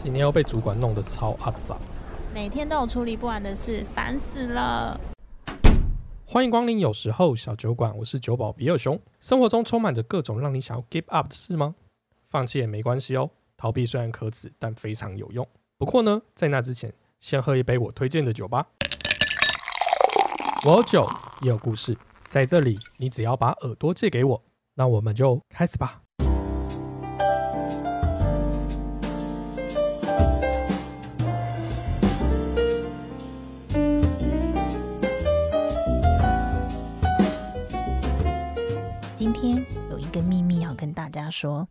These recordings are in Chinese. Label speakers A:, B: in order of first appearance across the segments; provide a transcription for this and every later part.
A: 今天又被主管弄得超阿杂。
B: 每天都有处理不完的事，烦死了。
A: 欢迎光临，有时候小酒馆，我是酒保比尔熊。生活中充满着各种让你想要 give up 的事吗？放弃也没关系哦，逃避虽然可耻，但非常有用。不过呢，在那之前，先喝一杯我推荐的酒吧。我有酒，也有故事，在这里，你只要把耳朵借给我，那我们就开始吧。
C: 今天有一个秘密要跟大家说，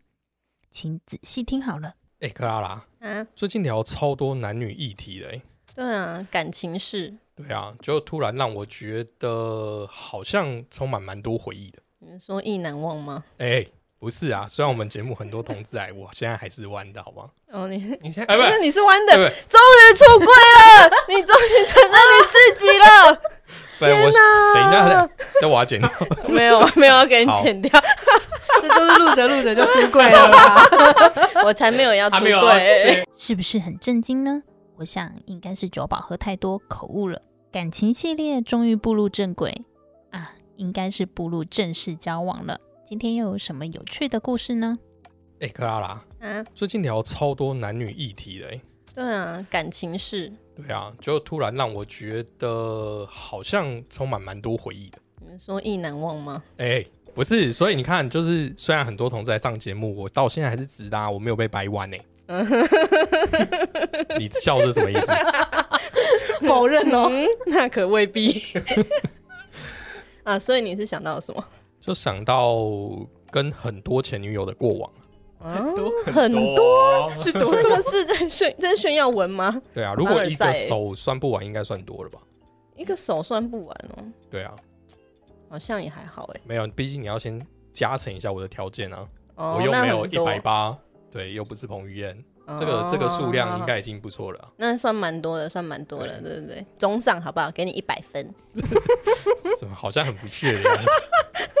C: 请仔细听好了。
A: 哎、克拉拉，
D: 啊，
A: 最近聊超多男女议题的、欸，
D: 对啊，感情事，
A: 对啊，就突然让我觉得好像充满蛮多回忆的。
D: 你们说意难忘吗？
A: 哎、不是啊，虽然我们节目很多同志癌，我现在还是弯的，好吗？
D: 哦，你
A: 你现在哎、
D: 不是你是弯的，
A: 不
D: 终
A: 对
D: 于出柜了，你终于承认你自 己了。
A: 不对，我等一下，等我要剪掉。
D: 没有没有要给你
A: 好
D: 剪掉， 这就是录着录着就出柜了啦。 我才没有要
A: 还
D: 出
A: 没有啊
D: 柜，
C: 是不是很震惊呢？我想应该是酒保喝太多口误了。感情系列终于步入正轨啊，应该是步入正式交往了。今天又有什么有趣的故事呢？
A: 哎、克拉拉，
D: 啊，
A: 最近聊超多男女议题的、欸，
D: 对啊，感情事，
A: 对啊，就突然让我觉得好像充满蛮多回忆的。
D: 你们说意难忘 吗？
A: 哎、不是，所以你看，就是虽然很多同志来上节目，我到现在还是直的、啊，我没有被掰弯呢、你笑是什么意思？
D: 否认哦， 那可未必。 啊，所以你是想到了什 么？
A: 就想到跟很多前女友的过往。
D: 很
A: 很
D: 嗯很
A: 多
D: 是多，啊这个是在炫，这是炫耀文吗？
A: 对啊，如果一
D: 凡
A: 个
D: 尔赛
A: 手算不完，应该算多了吧？
D: 一个手算不完哦，
A: 对啊，
D: 好像也还好哎。
A: 没有，毕竟你要先加成一下我的条件啊，
D: 哦，
A: 我又
D: 那
A: 没有
D: 很
A: 一
D: 多
A: 百，八，对，又不是彭于晏，这个、
D: 哦
A: 这个数量应
D: 好好好
A: 该已经不错了啊、
D: 那算蛮多的，算蛮多的，对对对，中上好不好？给你一百分。
A: 怎么好像很不屑的样子？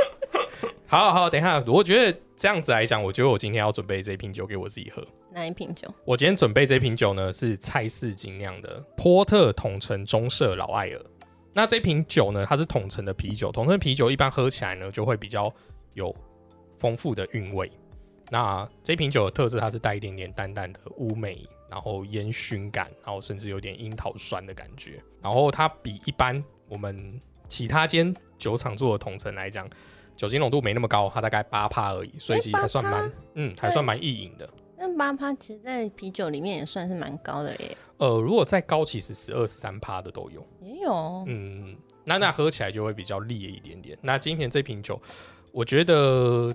A: 好好，等一下，我觉得这样子来讲，我觉得我今天要准备这瓶酒给我自己喝。
D: 哪一瓶酒？
A: 我今天准备这瓶酒呢是蔡氏精酿的波特统称棕色老艾尔。那这瓶酒呢，它是统称的啤酒，统称啤酒一般喝起来呢就会比较有丰富的韵味。那这瓶酒的特质，它是带一点点淡淡的乌梅，然后烟熏感，然后甚至有点樱桃酸的感觉。然后它比一般我们其他间酒厂做的统称来讲，酒精浓度没那么高，它大概八帕而已，所以其实还算蛮、嗯，还算蛮易饮的。
D: 那八趴其实，在啤酒里面也算是蛮高的耶，
A: 呃，如果再高，其实十二、十三趴的都有。
D: 也有哦。
A: 嗯，那那喝起来就会比较烈一点点。那今天这瓶酒，我觉得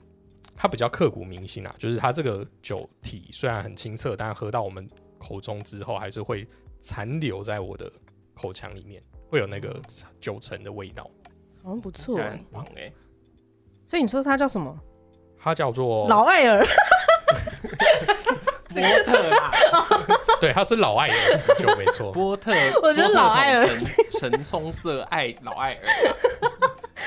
A: 它比较刻骨铭心啊，就是它这个酒体虽然很清澈，但喝到我们口中之后，还是会残留在我的口腔里面，会有那个酒橙的味道，
E: 好像不错
A: 这
D: 欸
E: 哎、
A: 样很棒哎、
F: 欸
E: 所以你说它叫什么？
A: 它叫做
E: 老艾尔。
F: 波特 啦，
A: 对，它是老爱的啤酒，没 错。
F: 波特，
D: 我觉得老艾尔
F: 波特桶橙橙葱色艾老艾 尔。欸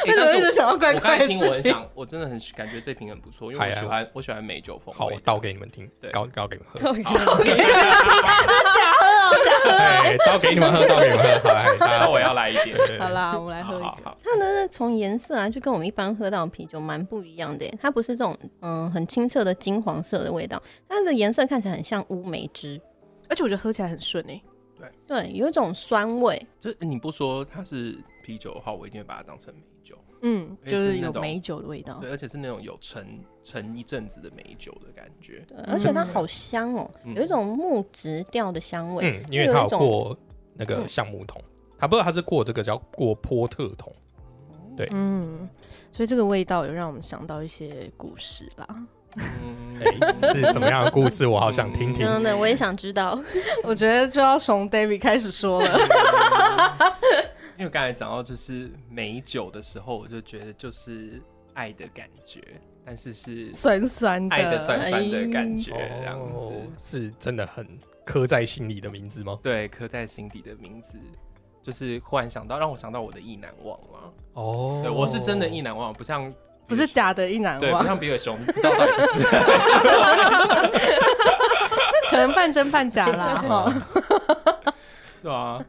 D: 为什么一直想到
F: 但
D: 怪
F: 是
D: 怪
F: 我我刚才
D: 的
F: 听我很
D: 事情？
F: 想，我真的很喜感觉这瓶很不错，因
A: 嗨
F: 为
A: 啊
F: 我喜欢我喜欢美酒风
A: 好，
F: 味
A: 我。倒给你们听
F: 对，
A: 倒倒给你们喝。
F: 哦
D: 假喝哦，假喝。
A: 哎，倒给你们喝，倒给你们喝。好，哎大家
F: 那我也要来一点。
A: 对对对
E: 好啦，我们来喝
F: 好
E: 一
F: 好
E: 个。
F: 好，
D: 它的从颜色啊，就跟我们一般喝到的啤酒蛮不一样的耶。它不是这种嗯很清澈的金黄色的味道，它的颜色看起来很像乌梅汁，
E: 而且我觉得喝起来很顺哎、
D: 对，有一种酸味。
F: 这你不说它是啤酒的话，我一定会把它当成美酒。
E: 嗯，
F: 哎
E: 就是是
F: 那
E: 有
F: 种
E: 美酒的味
D: 哦
E: 道
F: 对，。而且是那种有陈陈一阵子的美酒的感觉。
D: 对，而且它
E: 嗯
D: 好香哦、
F: 嗯
D: 有一种木质调的香味。
A: 嗯，因为
D: 有
A: 它
D: 一
A: 有
D: 种
A: 过那
F: 嗯
A: 个橡木桶，它不是它是过这个叫过波特桶，对
E: 嗯，所以这个味道有让我们想到一些故事啦。
F: 嗯
A: 哎，是什么样的故事？我好想听听。
D: 真嗯的，我也想知道。
E: 我觉得就要从 David 开始说 了。
F: 因为刚才讲到就是美酒的时候，我就觉得就是爱的感觉，但是是
E: 酸酸的，
F: 爱的酸酸的
E: 哎
F: 感觉，
A: 哦
F: 这样子。
A: 是真的很刻在心里的名字吗？
F: 对，刻在心底的名字，就是忽然想到，让我想到我的意难忘了。
A: 哦
F: 对，我是真的意难忘，不像
E: 不是假的，一难
F: 对，不
E: 忘。
F: 像比尔熊，不知道到底是真的还是
E: 能半真半假 啦。哈，
F: 对啊，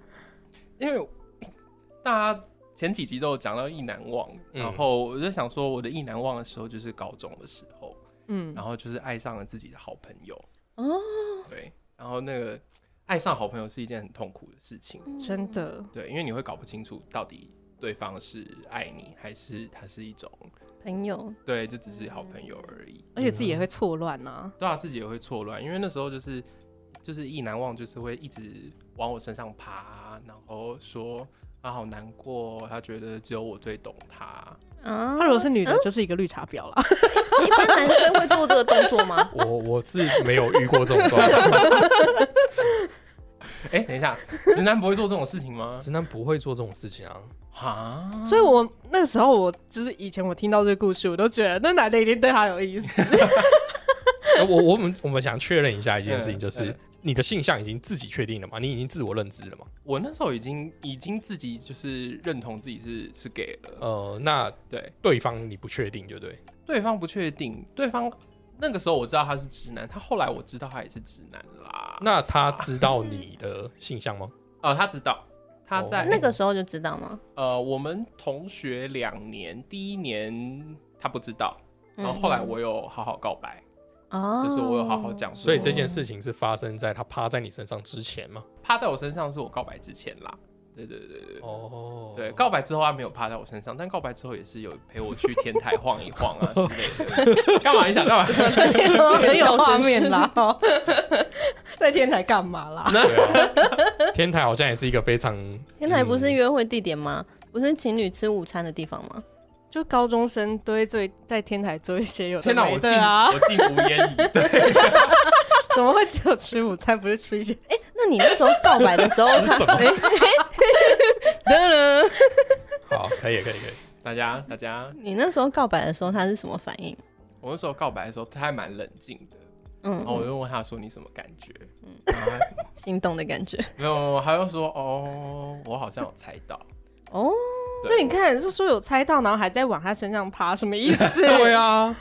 F: 因为大家前几集都有讲到意难忘，
A: 嗯？
F: 然后我就想说，我的意难忘的时候就是高中的时候，
E: 嗯
F: 然后就是爱上了自己的好朋友，
D: 哦，
F: 对，然后那个爱上好朋友是一件很痛苦的事情，
E: 真的，
F: 对，因为你会搞不清楚到底对方是爱你还是他是一种
D: 朋友，
F: 对，就只是好朋友而已，
E: 而且自己也会错乱呐。
F: 对啊，自己也会错乱，因为那时候就是就是意难忘，就是会一直往我身上爬，然后说他好难过，哦他觉得只有我最懂他。
D: 啊，
E: 她如果是女的，就是一个绿茶婊啦。
D: 一般男生会做这个动作吗
A: 我我是没有遇过这种状况，
F: 哎、等一 下，直男不会做这种事情 吗？
A: 直男不会做这种事情啊。
F: 哈，
E: 所以我那个时候，我就是以前我听到这个故事，我都觉得那男的一定对她有意思。
A: 呃我我们我们想确认一下一件事情，
F: 嗯
A: 就是
F: 嗯
A: 你的性向已经自己确定了嘛？你已经自我认知了嘛？
F: 我那时候已经已经自己就是认同自己是是 gay 了，
A: 呃，那
F: 对，
A: 对方你不确定，对不对？
F: 对方不确定，对方那个时候我知道他是直男，他后来我知道他也是直男啦。
A: 那他知道你的性向吗？
F: 呃，他知道，他在、
A: 哦
D: 那个时候就知道吗？
F: 呃，我们同学两年，第一年他不知道，
D: 嗯
F: 然后后来我有好好告白，
E: 嗯
D: 哦，
F: 就是我有好好讲说，
A: 所以这件事情是发生在他趴在你身上之前吗？
F: 趴在我身上是我告白之前啦。对对对对对
A: 哦
F: 对，告白之后他没有趴在我身上，但告白之后也是有陪我去天台晃一晃啊之 类的。干嘛？你想干嘛？
D: 哦
E: 很有画面啦，哈 在天台干嘛啦？
A: 对啊天台好像也是一个非常
D: 天台不是
A: 嗯
D: 约会地点吗？不是情侣吃午餐的地方吗？
E: 就高中生都会最在天台做一些有的
F: 天哪，
E: 没
F: 我
E: 的
F: 竟、
E: 啊，
F: 我竟无言以对，
E: 怎么会只有吃午餐，不是吃 一些？
D: 哎、那你那时候告白的时候，他
A: 嗯好，可以可以可以。
F: 大家大家，
D: 你那时候告白的时候，他是什么反应？
F: 我那时候告白的时候他还蛮冷静的，然
D: 嗯，
F: 后我就问他说你什么感觉？然后他
D: 心动的感觉。
F: 没有，他又说哦，我好像有猜到。
D: 哦，
E: 所以你看，是说有猜到，然后还在往他身上爬，什么意思？
A: 对 啊，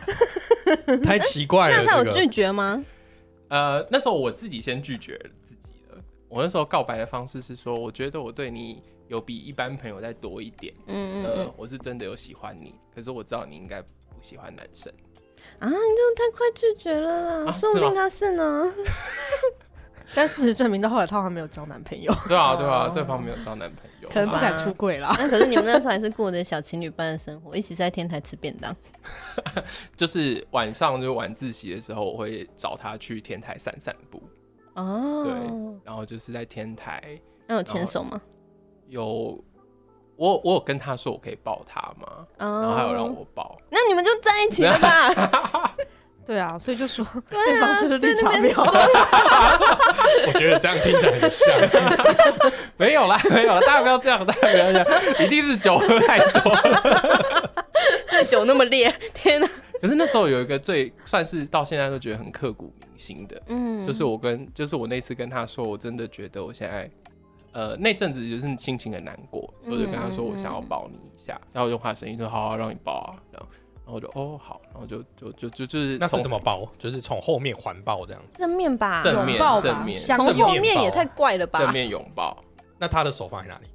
A: 太奇怪
D: 那他
A: 了。
D: 有
A: 这
D: 拒
A: 个
D: 绝吗？
F: 呃，那时候我自己先拒绝自己了。我那时候告白的方式是说，我觉得我对你有比一般朋友再多一点，
D: 嗯嗯
F: 呃
D: 嗯，，
F: 我是真的有喜欢你，可是我知道你应该不喜欢男生。
D: 啊，你就太快拒绝了啦，
F: 啊
D: 说不定他是呢。
E: 但事实证明，到后来她还没有交男朋友，
F: 对啊，
D: 哦
F: 对啊，对方没有交男朋友，
E: 可能不敢出柜 啦。
D: 那可是你们那时候还是过着小情侣般的生活，一起在天台吃便当。
F: 就是晚上就晚自习的时候，我会找他去天台散散步，
D: 哦
F: 对，然后就是在天台
D: 对，那有牵手吗？
F: 有我我有跟他说我可以抱他吗？
E: 嗯
F: 然
D: 哦，
F: 后他有让我抱，
D: 那你们就在一起了吧？
E: 对啊，所以就说
D: 啊
E: 对方就是绿茶
D: 在那边
E: 婊，
A: 我觉得这样听起来很像。
F: 没有啦，没有啦，大家不要这样，大家不要这样，一定是酒喝太多了。
D: 这酒那么烈，天哪！
F: 可是那时候有一个最算是到现在都觉得很刻骨铭心的，
D: 嗯，
F: 就是我跟就是我那次跟他说，我真的觉得我现在，呃，那阵子就是心情很难过，所以我就跟他说我想要抱你一下，然后用他的声音说好好让你抱啊，然后然后我就哦好，然后就就就就就是
A: 那是
F: 从
A: 怎么抱？就是从后面环抱这样。
D: 正面吧，
F: 正面
E: 拥抱吧
F: 正面
E: 想
D: 从
A: 正面
D: 后面也
A: 抱
D: 太怪了吧
F: 正？面拥抱，
A: 那他的手放在哪里？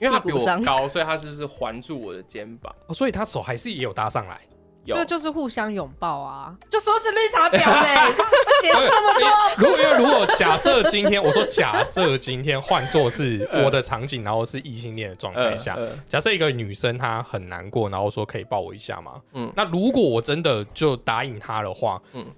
F: 因为他比
D: 屁股
F: 我
D: 上
F: 高，所以他就是环住我的肩膀，
A: 哦，所以他手还是也有搭上来。
F: 有
E: 对，就是互相拥抱啊， 就说是绿茶婊欸呗，解释这么多，
A: 如果因为如果假设今天我说假设今天换作是我的场景，然后是异性恋的状态下，
F: 呃
A: 假设一个女生她很难过，然后说可以抱我一下吗？嗯
F: 嗯，
A: 那如果我真的就答应她的话，嗯
F: 嗯，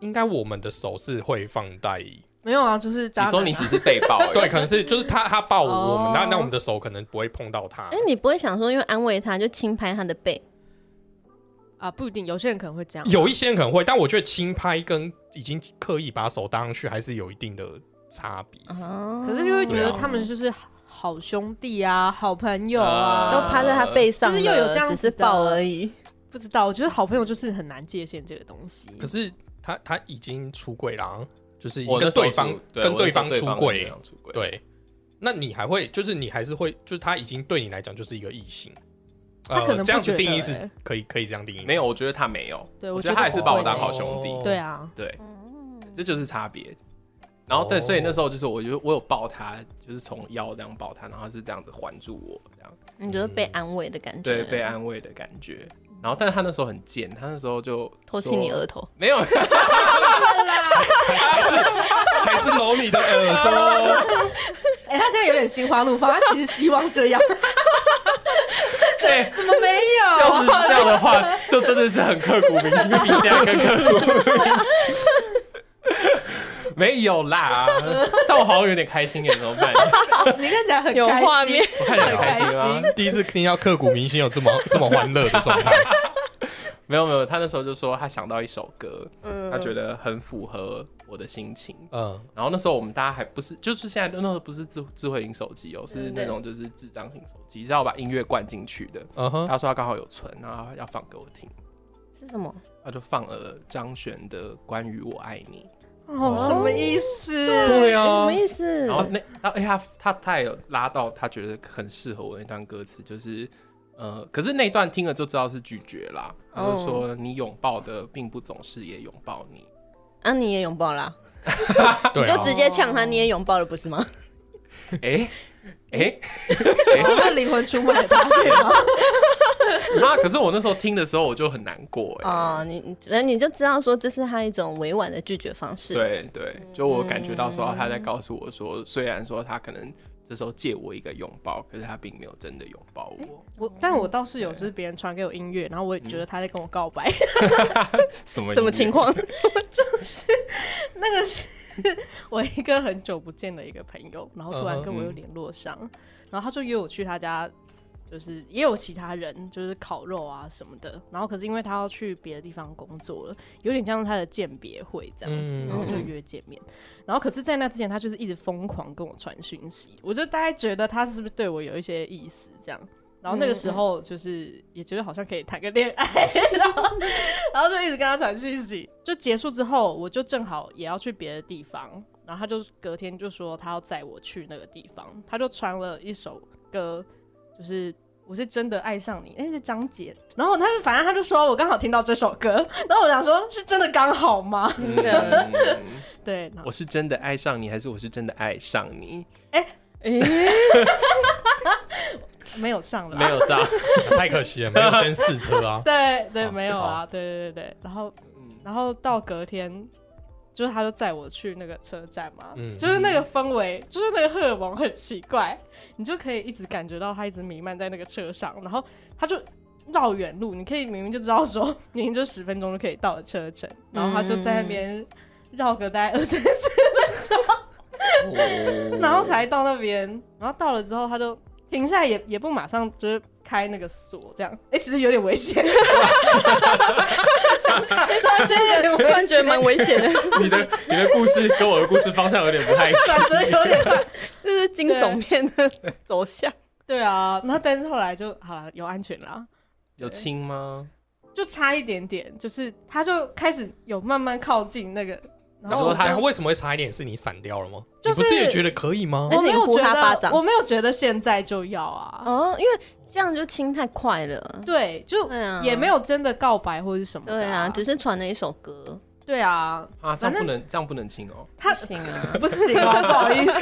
A: 应该我们的手是会放在。
E: 没有啊，就是渣
F: 你
E: 男
F: 说你只是被抱而已，
A: 对，可能是就是她她抱我，
E: 哦
A: 我们那那我们的手可能不会碰到她
D: 哎。，你不会想说，因为安慰他就轻拍他的背，
E: 啊，不一定，有些人可能会这样，
A: 有一些人可能会，但我觉得轻拍跟已经刻意把手搭上去还是有一定的差别。
F: 嗯
D: 哦，
E: 可是就会觉
A: 对
E: 得
A: 啊
E: 他们就是好兄弟啊，好朋友
F: 啊
E: 啊，
D: 都趴在他背上了，
E: 就是又有这样
D: 只
E: 子
D: 是
E: 的
D: 抱而已。
E: 不知道，我觉得好朋友就是很难界限这个东西。
A: 可是她她已经出轨啦，就是已经
F: 我
A: 跟
F: 那时 候
A: 对方
F: 出
A: 跟
F: 我那
A: 对
F: 时候
A: 方
F: 对
A: 出轨
F: 跟对方出轨，
A: 对，那你还会就是你还是会就是他已经对你来讲就是一个异性，呃
E: 他可能不
A: 这样子
E: 觉得
A: 定义
E: 欸
A: 是可以可以这样定义吗，
F: 没有，我觉得他没有，
E: 对
F: 我
E: 我
F: 觉得
E: 觉得
F: 他也是
E: 不
F: 把我
E: 会
F: 当
E: 欸
F: 好兄弟，
A: 哦
D: 嗯
E: 对啊，
F: 对，这就是差别。然后对，
A: 哦
F: 所以那时候就是我觉得我有抱他，就是从腰这样抱他，然后他是这样子环住我，这样
D: 你觉得被安慰的感觉？
F: 对被安慰的感觉。然后，但是他那时候很贱，他那时候就
D: 偷
F: 说
D: 亲你额头，
F: 没有，
A: 还是揉你的耳朵？
E: 哎、他现在有点心花怒放，他其实希望这样，
F: 对，
E: 怎么没
F: 哎
E: 有？
F: 要是这样的话，就真的是很刻骨铭心，比现在更刻骨铭心。 没有啦，但我好像有点开心耶，怎么办？
E: 你看起来很
D: 有
E: 开心
D: 画面，
F: 我看起来很开心
E: 很
F: 啊
E: 开。
A: 第一次听到刻骨铭心有这么这么欢乐的状态，
F: 没有没有，他那时候就说他想到一首歌，
D: 嗯
F: 他觉得很符合我的心情。
A: 嗯，
F: 然后那时候我们大家还不是，就是现在那时候不是智智慧型手机哦，是
D: 嗯对
F: 那种就是智障型手机，是要把音乐灌进去的。
A: 嗯哼，
F: 他说他刚好有存，然后要放给我听，
D: 是什么？
F: 他就放了张悬的《关于我爱你》。
E: 哦，什么意思？
A: 对
D: 哎什
A: 啊
D: 么，意思？
F: 然后那，然后哎他他他也有拉到他觉得很适合我那段歌词，就是呃，可是那一段听了就知道是拒绝啦。他就说
D: 哦
F: 你拥抱的并不总是也拥抱你，
D: 啊，你也拥抱啦，你
A: 对
D: 就
A: 啊，
D: 直接呛他，你也拥抱了，不是吗？
F: 哎哎
E: 我的灵魂出卖了他，对吗？
F: 那可是我那时候听的时候我就很难过哎、
D: 哦，你你反正你就知道说这是他一种委婉的拒绝方式。，
F: 对对，
E: 嗯
F: 就我感觉到说他在告诉我说，虽然说他可能这时候借我一个拥抱，可是他并没有真的拥抱我，
E: 我但我倒是有，就是别人传给我音乐，然后我也觉得他在跟我告白，哎
F: 什么
D: 什么情？ 况？
E: 那个是我一个很久不见的一个朋友，然后突然跟我又联络上，
F: 嗯
E: 然后他就约我去他家，就是也有其他人，就是烤肉啊什么的。然后可是因为他要去别的地方工作了，有点像是他的鉴别会这样子，
A: 嗯
E: 然后就约见面。然后可是，在那之前，他就是一直疯狂跟我传讯息，我就大概觉得他是不是对我有一些意思这样。然后那个时候就是也觉得好像可以谈个恋 爱，然后然后就一直跟他传讯息。就结束之后，我就正好也要去别的地方，然后他就隔天就说他要载我去那个地方，他就传了一首歌，就是。我是真的爱上你，哎、是张杰。然后他就反正他就说，我刚好听到这首歌，然后我想说，是真的刚好吗？
F: 嗯
E: 对，然后
F: 我是真的爱上你，还是我是真的爱上你？
E: 没有上了，啊
F: 没有 上。
A: 太可惜了，没有先试车 啊。
E: 对对，
A: 好
E: 没有啊，对对对对。然后
F: 嗯
E: 然后到隔天，就是他就载我去那个车站嘛，
A: 嗯
E: 就是那个氛围，就是那个荷尔蒙很奇怪，你就可以一直感觉到他一直弥漫在那个车上，然后他就。绕远路，你可以明明就知道说，明明就十分钟就可以到了车程，然后他就在那边绕个大概二三十 然后才到那边，然后到了之后他就停下来也，也不马上就是开那个锁这样，哎、其实有点危险， 想想他
D: 啊
E: 觉得 有点
D: 突
E: 危险，
D: 然觉得蛮危险的，
F: 你的你的故事跟我的故事方向有点不太一 样。
E: 转折有点快。
D: 这是惊悚片的走向。
E: 对啊，那但是后来就好了，有安全啦，
F: 有亲吗？
E: 就差一点点，就是他就开始有慢慢靠近那个，
A: 他
E: 然后
A: 说
E: 我
A: 他
E: 就
A: 为什么会差一点？是你闪掉了吗？
E: 就是
A: 你不是也觉得可以吗？
E: 我没
D: 还是你
E: 有觉
D: 呼他巴掌
E: 得，我没有觉得现在就要啊，
D: 哦，因为这样就亲太快了。
E: 对，就
D: 对啊，
E: 也没。有真的告白或是什么的、
D: 对啊，只是传了一首歌，
E: 对啊，
F: 啊，这样
E: 反正
F: 不能，这样不能亲哦。
E: 他
D: 不行啊。
E: 不行哦，不好意思，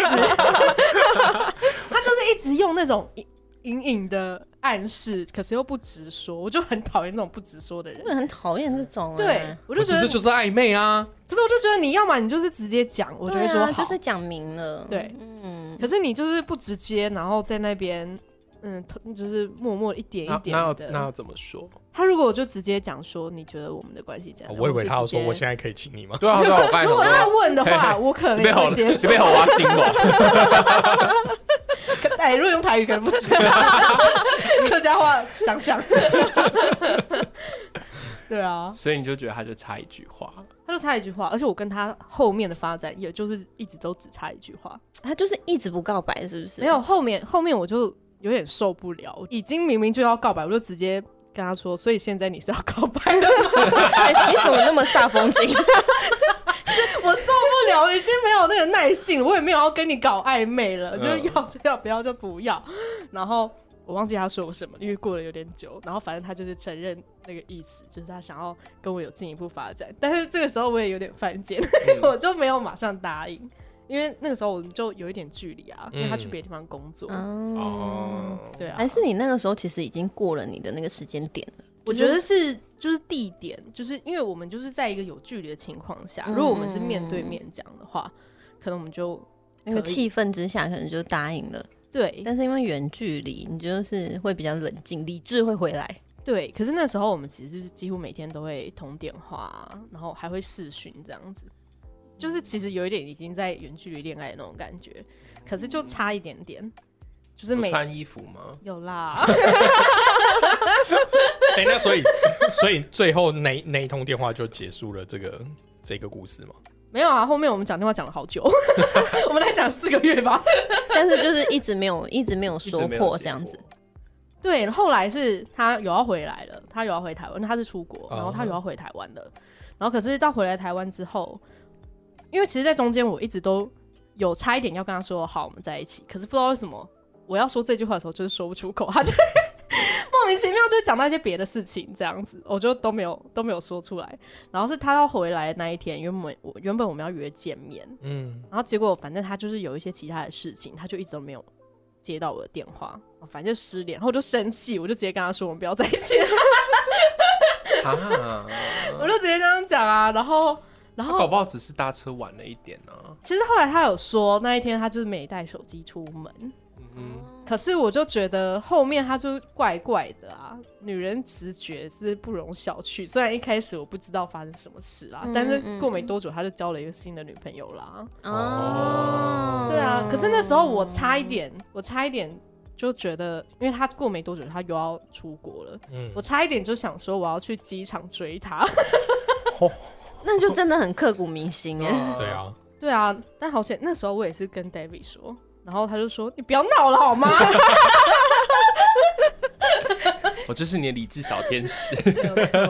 E: 他就是一直用那种隐隐隐的暗示，可是又不直说，我就很讨厌那种不直说的人
D: 我。很讨厌这种、啊。
E: 对，，我
A: 我
E: 就觉得
A: 这就是暧昧啊。
E: 可是我就觉得你要么你就是直接讲，我就会说
D: 啊、
E: 好。
D: 就是讲明了。
E: 对
D: 嗯，
E: 可是你就是不直接，然后在那边，嗯，偷就是默默一点一
F: 那
E: 点
F: 那要那
E: 的。
F: 要怎么说？
E: 他如果就直接讲说，你觉得我们的关系这样？
A: 哦我以为他要说我
E: 想。
A: 现在可以亲你吗？
F: 对啊，对啊，我刚才
E: 如
F: 想
E: 果他
F: 说，
E: 问的话，
F: 嘿
E: 我可能
F: 你
E: 也
F: 被好
E: 会
F: 了，
E: 接
F: 你
E: 受
F: 被。好挖金了。
E: 可 哎，如果用台语可能不 行，客家话想 想。对啊，
F: 所以你就觉得他就差一句话，
E: 他就差一句话，而且我跟他后面的发展，也就是一直都只差一句话，
D: 他就是一直不告白，是不是？
E: 没有后面后面我就有点受不了，已经明明就要告白，我就直接跟他说，所以现在你是要告白了吗，
D: 哎， 你怎么那么煞风景？
E: 我受不了，已经没有那个耐性，我也没有要跟你搞暧昧了，
F: 嗯
E: 就是要就要，不要就不要，然后。我忘记他说我什么，因为过了有点久。然后反正他就是承认那个意思，就是他想要
D: 嗯
E: 跟我有进一步发展。但是这个时候我也有点犯贱，我就没有马上答应。因为那个时候我们就有一点距离啊，因为他去
A: 嗯
E: 别的地方工作，
D: 哦
F: 哦，，
E: 对啊，
D: 还是你那个时候其实已经过了你的那个时间点了。
E: 我觉得是就是地点，就是因为我们就是在一个有距离的情况下，
D: 嗯
E: 如果我们是面对面讲的话，可能我们就
D: 那个
E: 可以
D: 气氛之下，可能就答应了。
E: 对
D: 但是因为远距离，你就是会比较冷静，理智会回来。
E: 对。可是那时候我们其实就是几乎每天都会通电话，啊然后还会视讯这样子，就是其实有一点已经在远距离恋爱的那种感觉，可是就差一点点，就是
F: 有
E: 每
F: 嗯穿衣服吗？
E: 有啦，
A: 哎、那所以所以最后那那一通电话就结束了这个这个故事嘛？
E: 没有啊。后面我们讲电话讲了好久， 我们来讲四个月吧。
D: 但是就是一直没有，一直没有
F: 一直
D: 说
F: 没有
D: 破
F: 结
D: 这样子
F: 果。。
E: 对，后来是他有要回来了，他有要回台湾，因为他是出国，
A: 哦
E: 然后他有要回台湾了。然后可是到回来台湾之后，因为其实，在中间我一直都有差一点要跟他说好，我们在一起，可是不知道为什么我要说这句话的时候，就是说不出口，他就 莫名其妙就讲到一些别的事情，这样子，我就都没有都没有说出来。然后是他要回来那一天，原本我原本我们要约见面，
A: 嗯，
E: 然后结果反正他就是有一些其他的事情，他就一直都没有接到我的电话，反正就失联，然后我就生气，我就直接跟他说我们不要在一起了，
F: 啊，
E: 我就直接这样讲啊，然后然
F: 搞
E: 后
F: 不好只是搭车晚了一点呢、啊。
E: 其实后来他有说那一天他就是没带手机出门，
F: 嗯
E: 可是我就觉得后面他就怪怪的啊，女人直觉是不容小觑，虽然一开始我不知道发生什么事啦，
D: 嗯
E: 但是
D: 嗯
E: 过没多久他就交了一个新的女朋友啦，
D: 哦
A: 哦
E: 对啊，可是那时候我差一点，我差一点就觉得，因为他过没多久他又要出国了，
A: 嗯
E: 我差一点就想说我要去机场追 他。
D: 那就真的很刻骨铭心哎。
F: 哼，
A: 对，啊，
E: 对啊，但好险那时候我也是跟 David 说，然后他就说你不要闹了好吗？
F: 我哦就是你的理智小 天使。
E: 没有错，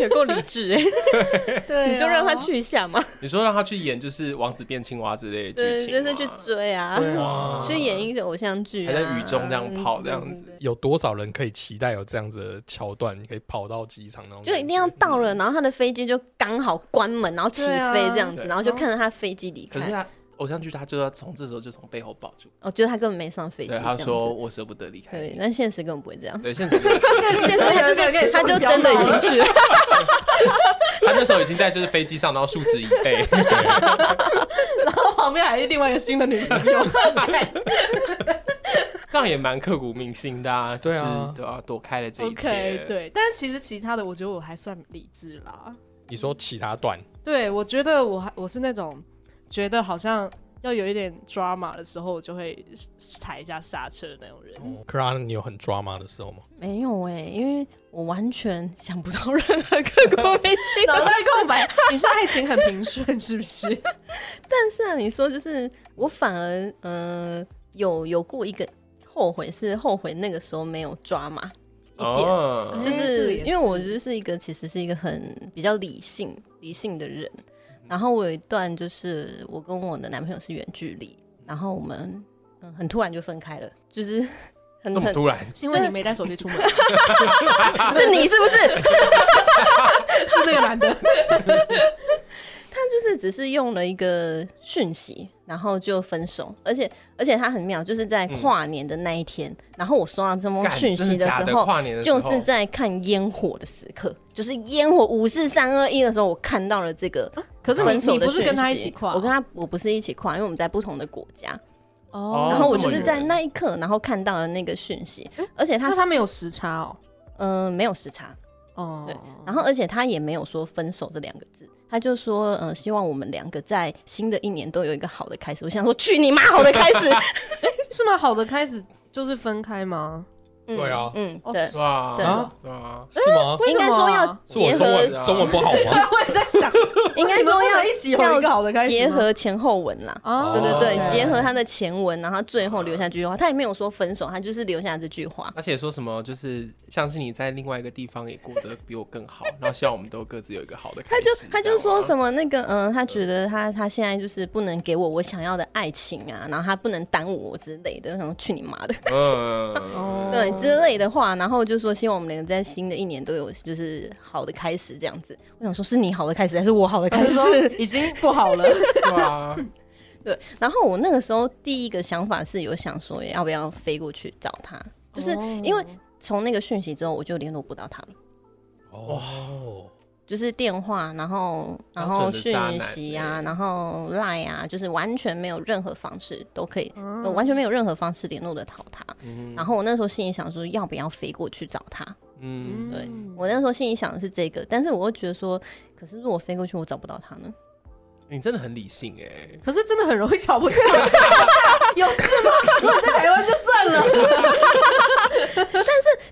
D: 有够理智 哎、
E: 对、
D: 你就让他。去一下嘛，
F: 你说让他去演就是王子变青蛙之类的
D: 对，
F: 剧情
D: 就
F: 吗，
D: 是去追啊，
F: 对 啊，
D: 去演一个偶像剧、啊，嗯
F: 还在雨中这样跑这样子
D: 对。对对
A: 有多少人可以期待有这样子的桥段，可以跑到机场那种？
D: 就一定要。到了，然后他的飞机就刚好关门，然后起飞这样子，
F: 对啊
D: 然后就看着他飞机离开
F: 可。是他偶像剧，他就要从这时候就从背后抱住，
D: 哦，就是他根本没上飞机。
F: 对
D: 这
F: 他
D: 样子。
F: 说我舍不得离开
D: 对，
F: 你。
D: 但现实根本不会这样。
F: 对，现实
D: 现实他就
E: 有人跟你
D: 是
E: 说
D: 他就
E: 你不要
D: 真的已
E: 闹了
D: 经去了，
F: 他那时候已经在就是飞机上，然后竖 直椅背，
E: 然后 旁边还是另外一个新的女朋 友，
F: 这样也蛮刻骨铭心的啊。就是
A: 对啊
F: 对啊，躲开了这一
E: OK，
F: 切。，
E: 对，但是其实其他的，我觉得我还算理智啦。
A: 你说其他段，
E: 对，我觉得我还我是那种觉得好像要有一点 drama 的时候，我就会踩一下刹车的那种人。
A: 克拉，哦你有很抓马的时候吗？
D: 没有哎、因为我完全想不到任何刻骨铭 心
E: 脑 袋空白，你是爱情很平顺是不是？
D: 但是啊，你说就是我反而呃有有过一个后悔，是后悔那个时候没有抓嘛一点，
F: 哦，
D: 就
E: 哎这个
D: 是
E: 也
D: 因为我
E: 是
D: 就是一个其实是一个很比较理性理性的人，然后我有一段就是我跟我的男朋友是远距离，然后我们嗯很突然就分开了，就是很
F: 这么
D: 很
F: 突然，
E: 是因为你没带手机出门，
D: 是你是不是？
E: 是那个男的。
D: 就是只是用了一个讯息，然后就分手，而且而且他很妙，就是在跨年的那一天，然后我收到这封
F: 嗯干
D: 讯
F: 真
D: 息
F: 的假
D: 时
F: 的
D: 候，
F: 跨年的时
D: 就
F: 候
D: 是在看烟火的时刻，就是烟火五四三二一的时候，我看到了这个
E: 可是
D: 分
E: 你
D: 手
E: 你
D: 的
E: 不
D: 讯息。
E: 是跟他一起跨？
D: 我跟他我不是一起跨，因为我们在不同的国家。
E: 哦，
D: 然后我
F: 这
D: 就
F: 么
D: 是
F: 远
D: 在那一刻，然后看到了那个讯息，而且他
E: 那他没有时差哦。
D: 嗯、没有时差，
E: 哦，
D: 对
A: 嗯
D: 然后而且他也没有说分手这两个字，他就说，嗯、希望我们两个在新的一年都有一个好的开始。我想说，去你妈好的开始！
E: 是吗？好的开始就是分开吗？
D: 嗯
A: 对啊
D: 嗯，
E: 哦
D: 对，
F: 对啊，
D: 对
A: 啊
F: 对啊，
A: 是吗？
E: 为
D: 应
E: 什
D: 该
E: 么
D: 说要
E: 啊
A: 呃是我
D: 结
A: 中
F: 为什
D: 合，
F: 么
A: 文中文不好 吗？
E: 我也在想，
D: 应该说
E: 你
D: 要
E: 们不能一起有一个好的开始吗
D: 结合前后文啦。
E: 哦，
D: 对对对，
A: 哦
D: 结合他的前文，然后最后留下这句话，他也没有说分手，他就是留下这句话。
F: 而且说什么就是相信你在另外一个地方也过得比我更好，然后希望我们都各自有一个好的
D: 他
F: 开始
D: 就。他就说什
F: 么
D: 么那个嗯，他觉得他他现在就是不能给我我想要的爱情啊，然后他不能耽误我之类的，然后去你妈的！
F: 嗯，
D: 对之类的话，然后就说希望我们两个在新的一年都有就是好的开始这样子。我想说，是你好的开始还是我好的
E: 还
D: 开
E: 是说
D: 始？
E: 已经不好了？
F: 对啊，
D: 对，然后我那个时候第一个想法是有想说要不要飞过去找他，就是
E: 哦
D: 因为从那个讯息之后我就联络不到他了，
F: 哦，
D: 就是电话，然后然
F: 标
D: 后
F: 准的
D: 讯
F: 渣男
D: 息
F: 对
D: 啊，然后赖啊，就是完全没有任何方式都可以，
E: 我
D: 我完全没有任何方式联络得到他。
F: 嗯
D: 然后我那时候心里想说，要不要飞过去找他？
F: 嗯，
D: 对我那时候心里想的是这个，但是我又觉得说，可是如果我飞过去我找不到他呢？
F: 你真的很理性哎，
E: 可是真的很容易找不到，有事吗？ 如果在台湾就算了。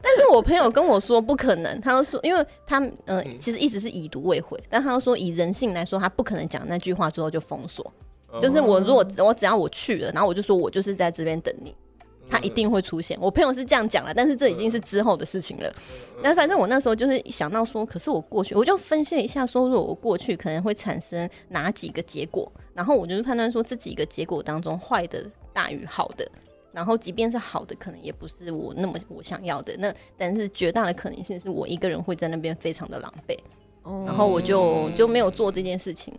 D: 但是我朋友跟我说不可能，他就说，因为他呃
F: 嗯
D: 其实一直是已读未回，但他就说以人性来说，他不可能讲那句话之后就封锁。
F: 嗯哦
D: 就是我如果我只要我去了，然后我就说我就是在这边等你，
F: 嗯
D: 他一定会出现。我朋友是这样讲了，但是这已经是之后的事情了。那反正我那时候就是想到说，可是我过去，我就分析了一下说，如果我过去可能会产生哪几个结果，然后我就是判断说这几个结果当中坏的大于好的。然后，即便是好的，可能也不是我那么我想要的。那但是绝大的可能性是我一个人会在那边非常的狼狈。然后我就就没有做这件事情。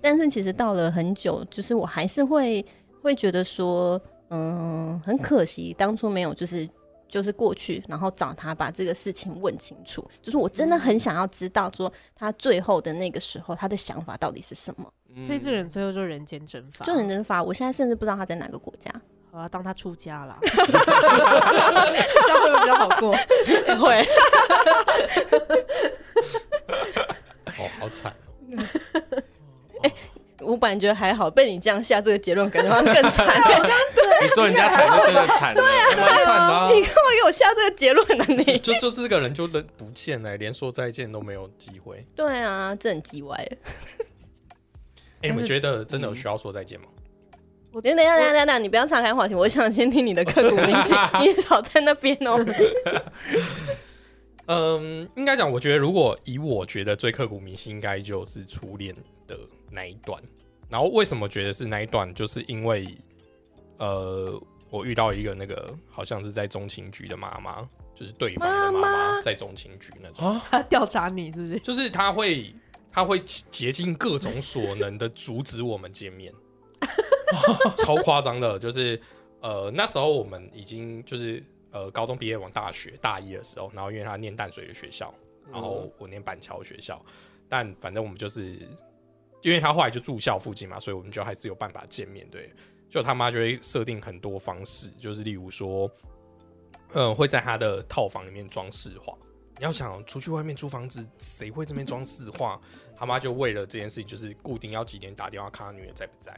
D: 但是其实到了很久，就是我还是会会觉得说，嗯，很可惜当初没有就是就是过去，然后找他把这个事情问清楚。就是我真的很想要知道说他最后的那个时候他的想法到底是什么。
F: 嗯，
E: 所以这人最后就人间蒸发，
D: 就很真发，我现在甚至不知道他在哪个国家。
E: 我要当他出家了，这样会不会比较好 过？
D: 会，
A: 哦，好 惨哦。
D: 我本来觉得还好，被你这样下这个结论，感觉好像更惨。 你
F: 你说人家惨就真的惨了，
A: 太惨 了啊、
D: 干嘛给我下这个结论呢、你？
A: 就就这个人就人不见了，连说再见都没有机会。
D: 对啊，这很叽歪。
A: 哎、你
E: 但
A: 们
E: 是
A: 觉得真的有需要说再见吗？
E: 我
D: 等一下，等一下，等一下，你不要岔开话题，我想先听你的刻骨 铭心，你少在那边 哦。
A: 嗯，应该讲，我觉得如果以我觉得最刻骨铭心，应该就是初恋的那一段。然后为什么觉得是那一段，就是因为呃，我遇到一个那个好像是在中情局的妈妈，就是对方的妈妈在中情局那种。
E: 他 调查你是不是？
A: 就是他会他会竭尽各种所能的阻止我们见面，超夸张的，就是呃那时候我们已经就是呃高中毕业往大学大一的时候，然后因为他念淡水的学校，
F: 嗯
A: 然
F: 哦
A: 后我念板桥学校，但反正我们就是因为他后来就住校附近嘛，所以我们就还是有办法见面，对。就他妈就会设定很多方式，就是例如说，嗯，会在他的套房里面装饰画，你要想出去外面租房子，谁会这边装饰画？他妈就为了这件事情，就是固定要几点打电话看他女儿在不在。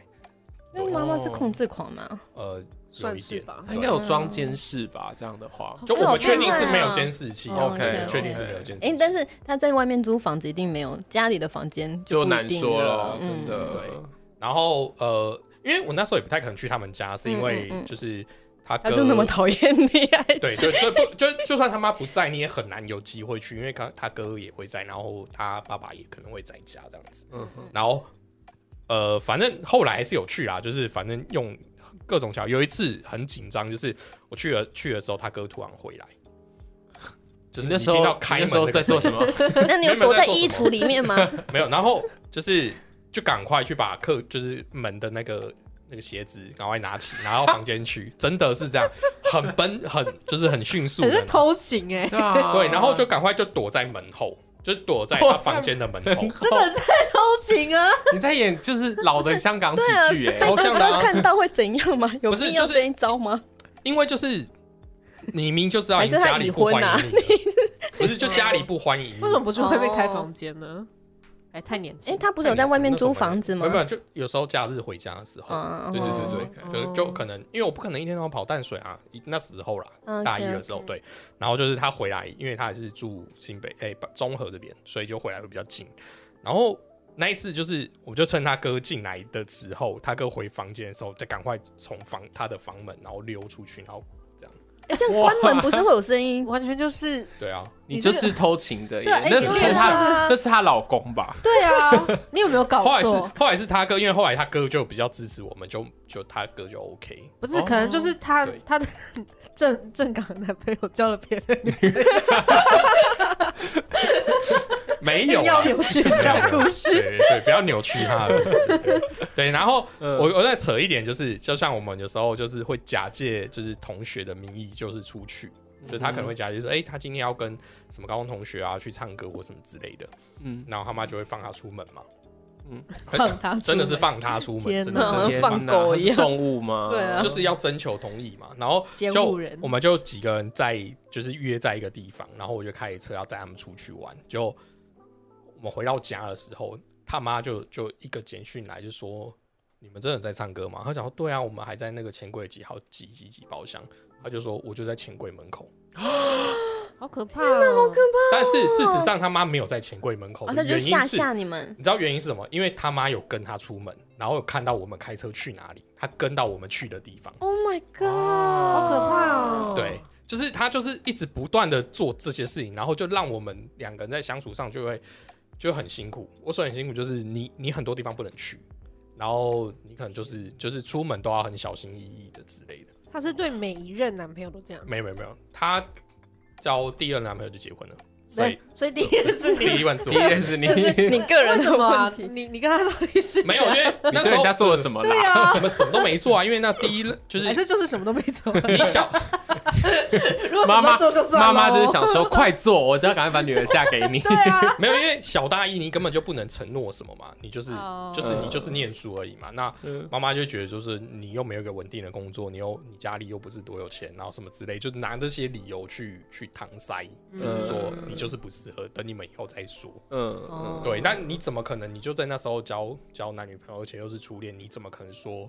D: 那妈妈是控制狂 吗？
A: 呃，有
E: 算
A: 一
E: 是
A: 点，
E: 吧
F: 他应该有装监视吧？这样的话，
A: 就我们
E: 啊
A: 确定是没有
D: 哦
A: 监视器
D: 哦
A: 我们
D: OK，OK
A: 确定是没有监视器。
D: 哎、但是她在外面租房子一定没有，家里的房间
F: 就
D: 不一
F: 难
D: 定
F: 说
D: 了嗯
F: 了，，真的。
A: 对然后呃，因为我那时候也不太可能去他们家，是因为
D: 嗯嗯嗯
A: 就是他
D: 他
A: 哥
D: 就那么讨厌你，还
A: 对，就就不就就算他妈不在，你也很难有机会去，因为他他哥也会在，然后他爸爸也可能会在家这样子。
F: 嗯
A: 然后呃，反正后来还是有去啦，就是反正用各种巧。有一次很紧张，就是我去了去的时候，他哥突然回来，就是
F: 你
A: 你
F: 那时
A: 听
F: 候
A: 到开
F: 你
A: 门
F: 那时候
A: 那
F: 在
A: 个
F: 做
A: 声
F: 什
A: 音
F: 么？
D: 那你有躲在衣橱 里面吗？
A: 没有，然后就是就赶快去把客就是门的那个那个鞋子赶快拿起，拿到房间去， 真的是这样，很奔很就是很迅速
E: 可
A: 的
E: 是
A: 拿，
E: 偷情哎，
F: 对啊，
A: 对，然后就赶快就躲在门后，就躲在他房间的门后，
E: 真的在偷情啊！
F: 你在演就是老的香港喜
D: 对啊，
F: 剧
D: 被
F: 哎，
A: 超像
D: 大
A: 的啊
D: 家看到会怎样吗？有
A: 不是
D: 必要
A: 就是
D: 这一招吗？
A: 因为就是你明明就知道
D: 还
A: 你
D: 是他
A: 家里
D: 已
A: 不
D: 婚
A: 欢
D: 啊
A: 迎你了，不是就家里不欢迎你，
E: 为什么不去会被开房间呢？嗯哎，太年
D: 哎、
E: 轻，
D: 他不是有在外面租房子
A: 没
D: 吗
A: 有，？没有，就有时候假日回家的时候，
D: 嗯
A: 对对
F: 哦
A: 对对，就就可能因为我不可能一天到晚跑淡水啊，一那时候啦，大一的时候，对，然后就是他回来，因为他还是住新北哎、不中和这边，所以就回来会比较近。然后那一次就是，我就趁他哥进来的时候，他哥回房间的时候，再赶快从房他的房门然后溜出去，然后
D: 哎、这样关门不是会有声音？
E: 完全就是
A: 对啊，
F: 你就是偷情的耶，
E: 对哎
F: 那
E: 有
F: 不是
E: 点像
F: 她，
E: 啊
F: 那是她老公吧？
E: 对啊， 你有没有搞
A: 后来是
E: 错？
A: 后来是他哥，因为后来他哥就比较支持我们，就就他哥就 OK，
E: 不是，可能就是他
A: 哦对
E: 他的 正正港男朋友交了别的女人，
A: 没有啊
E: 要扭 曲这
A: 没有
E: 样的故
A: 对
E: 事。
A: 对对，不要扭曲它的故事。对对，然后
F: 嗯
A: 我我再扯一点，就是就像我们有时候就是会假借就是同学的名义，就是出去，就是他可
F: 嗯
A: 能会假借说，哎、他今天要跟什么高中同学啊去唱歌或什么之类的，
F: 嗯，
A: 然后他妈就会放他出门嘛，
F: 嗯
E: 放他出 门
A: 真的是放他出门，
E: 天
A: 真
E: 哪
A: 的真的
E: 好像放狗一
F: 天
E: 样
F: 哪它是动物吗？
E: 对啊
A: 就是要征求同意嘛，然后
E: 监
A: 就
E: 护人
A: 我们就几个人在就是约在一个地方，然后我就开车要载他们出去玩。就我们回到家的时候，他妈就就一个简讯来，就说你们真的在唱歌吗？他讲说对啊，我们还在那个钱柜几号几几几包厢。他就说我就在钱柜门口，
E: 好可怕、啊，好可
A: 但是事实上他妈没有在钱柜门口的
D: 哦，那就
A: 原因
D: 吓
A: 是。
D: 吓你们，
A: 你知道原因是什么？因为他妈有跟他出门，然后有看到我们开车去哪里，他跟到我们去的地方。
D: Oh my god！
E: 怕，好可怕哦！
A: 对，，就是他就是一直不断的做这些事情，然后就让我们两个人在相处上就会就很辛苦。我说很辛苦，就是你你很多地方不能去，然后你可能就是就是出门都要很小心翼翼的之类的。
E: 他是对每一任男朋友都这样，
A: 没有没有没有，她交第二男朋友就结婚了，所以
E: 对，所以第一任是
A: 第一
E: 你，
A: 问是
F: 第
A: 我
F: 一。件事，你
E: 就是
F: 你
D: 你个人
E: 为
D: 的
E: 什么啊、
D: 问题
E: 你你跟他到底是
A: 没有，因为那
F: 对
A: 时候
F: 人家做了什么
E: 对
F: 啦？
E: 啊
A: 我，们什么都没做啊，因为那第一就是嗯
E: 还是就是什么都没做？
A: 你小
E: 如果什
F: 妈
E: 么
F: 妈
E: 都做就算
F: 妈妈就是
E: 咯
F: 想说，快做，我就要赶快把女儿嫁给你。
E: 对啊，
A: 没有，因为小大一你根本就不能承诺什么嘛，你就是、
D: 哦
A: 就是你就是念书而已嘛。那
F: 嗯
A: 妈妈就觉得就是你又没有一个稳定的工作，你又你家里又不是多有钱，然后什么之类，就拿这些理由去去搪塞，就是说你就是不适合，等你们以后再说。
F: 嗯
E: 哦
F: 嗯，
A: 对，但你怎么可能？你就在那时候交交男女朋友，而且又是初恋，你怎么可能说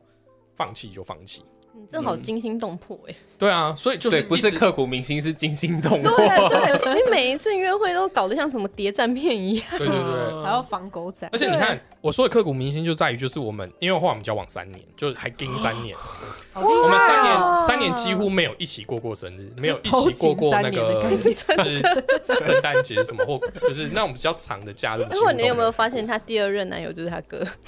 A: 放弃就放弃？
D: 你这好惊心动魄 哎！
A: 对啊，所以就是
F: 对，不是
A: 一直
F: 刻骨铭心，是惊心动
E: 啊
F: 魄。
D: 对对，你哎每一次约会都搞得像什么谍战片一样。
A: 对对对。
E: 还要防狗仔
A: 而，且你看，我说的刻骨铭心就在于，就是我们因为后来我们交往三年，就是还盯三年，
E: 好厉害
A: 我们三年
E: 哦
A: 三年几乎没有一起过过生日，没有一起过过那个
E: 偷情
A: 就是圣诞节什么，或就是那种比较长的假日。
D: 而且你有没有发现，她第二任男友就是她哥？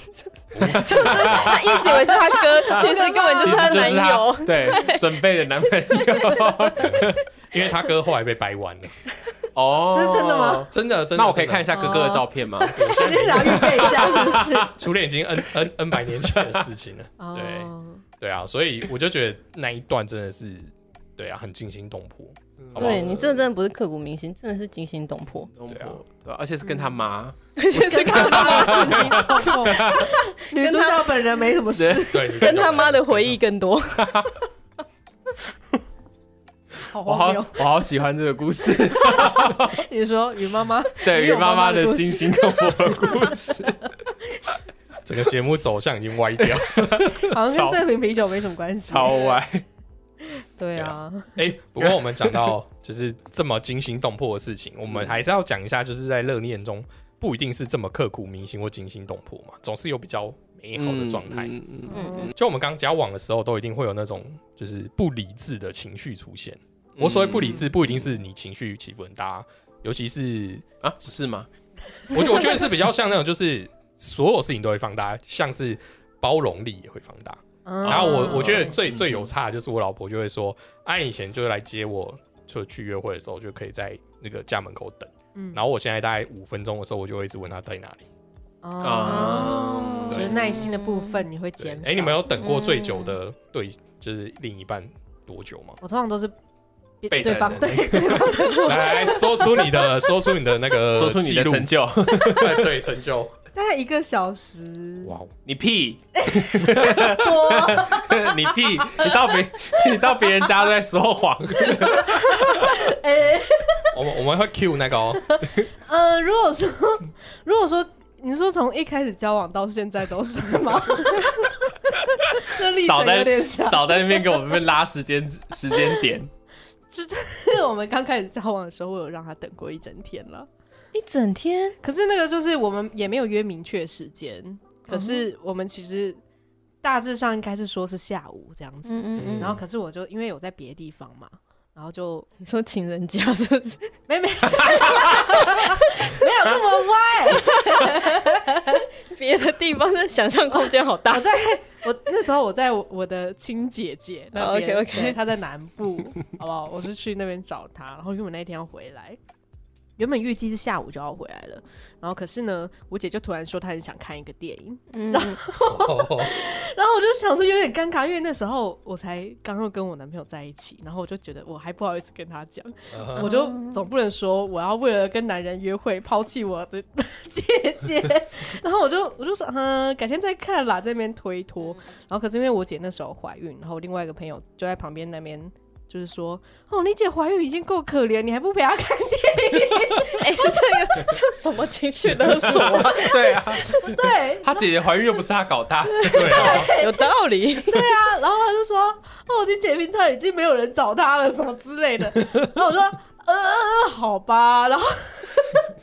D: 就是她一直以为是她哥，其实根本就
F: 其
D: 是她
F: 实就是
D: 男
F: 他
D: 友。
F: 对准备的男朋友
A: 因为他哥后来被掰弯了，
F: 哦，
E: 这是真的吗？哦
A: 真的真的。
F: 那我可以看一
A: 下，
F: 下哥哥的照片吗？
A: 有
E: 你是
A: 些
E: 想预备一下是不是？
A: 初恋已经 n n n 百年前的事情了。对
E: 哦
A: 对啊，所以我就觉得那一段真的是，对啊，很惊心动魄。
F: 哦
A: 好不好
D: 对你这真的不是刻骨铭心，真的是惊心动 魄。
F: 动
A: 对啊
F: 魄对啊，而且是跟他妈，
E: 嗯跟他妈的事情都没有女主角本人没什么事，
A: 对，你
D: 跟他妈的回忆更多，
E: 好
F: 我好
E: 荒谬。
F: 我好喜欢这个故 事，
E: 你说与 妈妈，
F: 对
E: 你
F: 于
E: 有
F: 妈
E: 妈
F: 妈
E: 妈的
F: 的
E: 故事
F: 惊心动魄的故事。
A: 整个节目走向已经歪掉。
E: 好像跟这瓶啤酒没什么关系。
F: 超歪，
E: 对啊，
A: 哎、不过我们讲到就是这么惊心动魄的事情，我们还是要讲一下，就是在热恋中不一定是这么刻骨铭心或惊心动魄嘛，总是有比较美好的状态。
F: 嗯嗯嗯
D: 嗯
A: 就我们刚交往的时候，都一定会有那种就是不理智的情绪出现。我所谓不理
F: 嗯
A: 智，不一定是你情绪起伏很大，啊尤其是
F: 啊，不是吗？
A: 我觉我觉得是比较像那种，就是所有事情都会放大，像是包容力也会放大。然
E: 然
A: 后我我觉得
F: 嗯
A: 最
F: 嗯
A: 最有差的就是我老婆就会说，哎、以前就是来接我，就去约会的时候就可以在那个家门口等，
E: 嗯
A: 然后我现在大概五分钟的时候，我就会一直问她在哪里。嗯
E: 哦，
F: 啊对
E: 就是耐心的部分你会
A: 对
E: 减，少。？
A: 哎、你们有等过最久
D: 嗯
A: 的对，就是另一半多久吗
E: 我通常都是
F: 被
E: 对方
F: 等
E: 对
F: 的
A: 来，来说出你的，说出你的那个，
F: 说出你的成，就，嗯
A: 对 对成就，
E: 大概一个小时，
A: 哇哦，
F: 你 屁，你屁，你到别你到别人家都在说谎，
A: 我们我们会 Q 那个 哦，
E: 呃，如果说 如果说你说从一开始交往到现在都是吗？ 这历
F: 少
E: 程有
F: 在
E: 点长，
F: 少在那边给我们拉时间时间点，
E: 就是 我们刚开始交往的时候，我有让他等过一整天了。
D: 一整天。
E: 可是那个就是我们也没有约明确时间，可是我们其实大致上应该是说是下午这样子。
D: 嗯嗯
A: 嗯
E: 然后可是我就因为有在别的地方嘛，然后就
D: 你说情人家是不是？
E: 没没没有这么歪。
D: 别的地方的想象空间好大
E: 我。在我那时候我在我我的亲姐姐那边
D: OK，OK
E: 对她在南部，好不好？我是去那边找她，然后因为我那一天要回来，原本预计是下午就要回来了，然后可是呢，我姐就突然说她很想看一个电影，
D: 嗯，
E: 然后我就想说有点尴尬，因为那时候我才刚刚跟我男朋友在一起，然后我就觉得我还不好意思跟他讲，
A: 嗯呃
E: 我就总不能说我要为了跟男人约会抛弃我的 姐姐，然后我就我就说嗯，改天再看啦，在那边推脱。然后可是因为我姐那时候怀孕，然后另外一个朋友就在旁边那边。就是说，哦，你姐怀孕已经够可怜，你还不陪她看
D: 哎、是这个这什么情绪勒索啊？
F: 对啊，
E: 对，
F: 他姐姐怀孕又不是他搞大，对啊，
D: 有道理，
E: 啊，然后他就说：“哦，你姐平常已经没有人找他了，什么之类 的。”然后我说：“呃，好吧。”然后，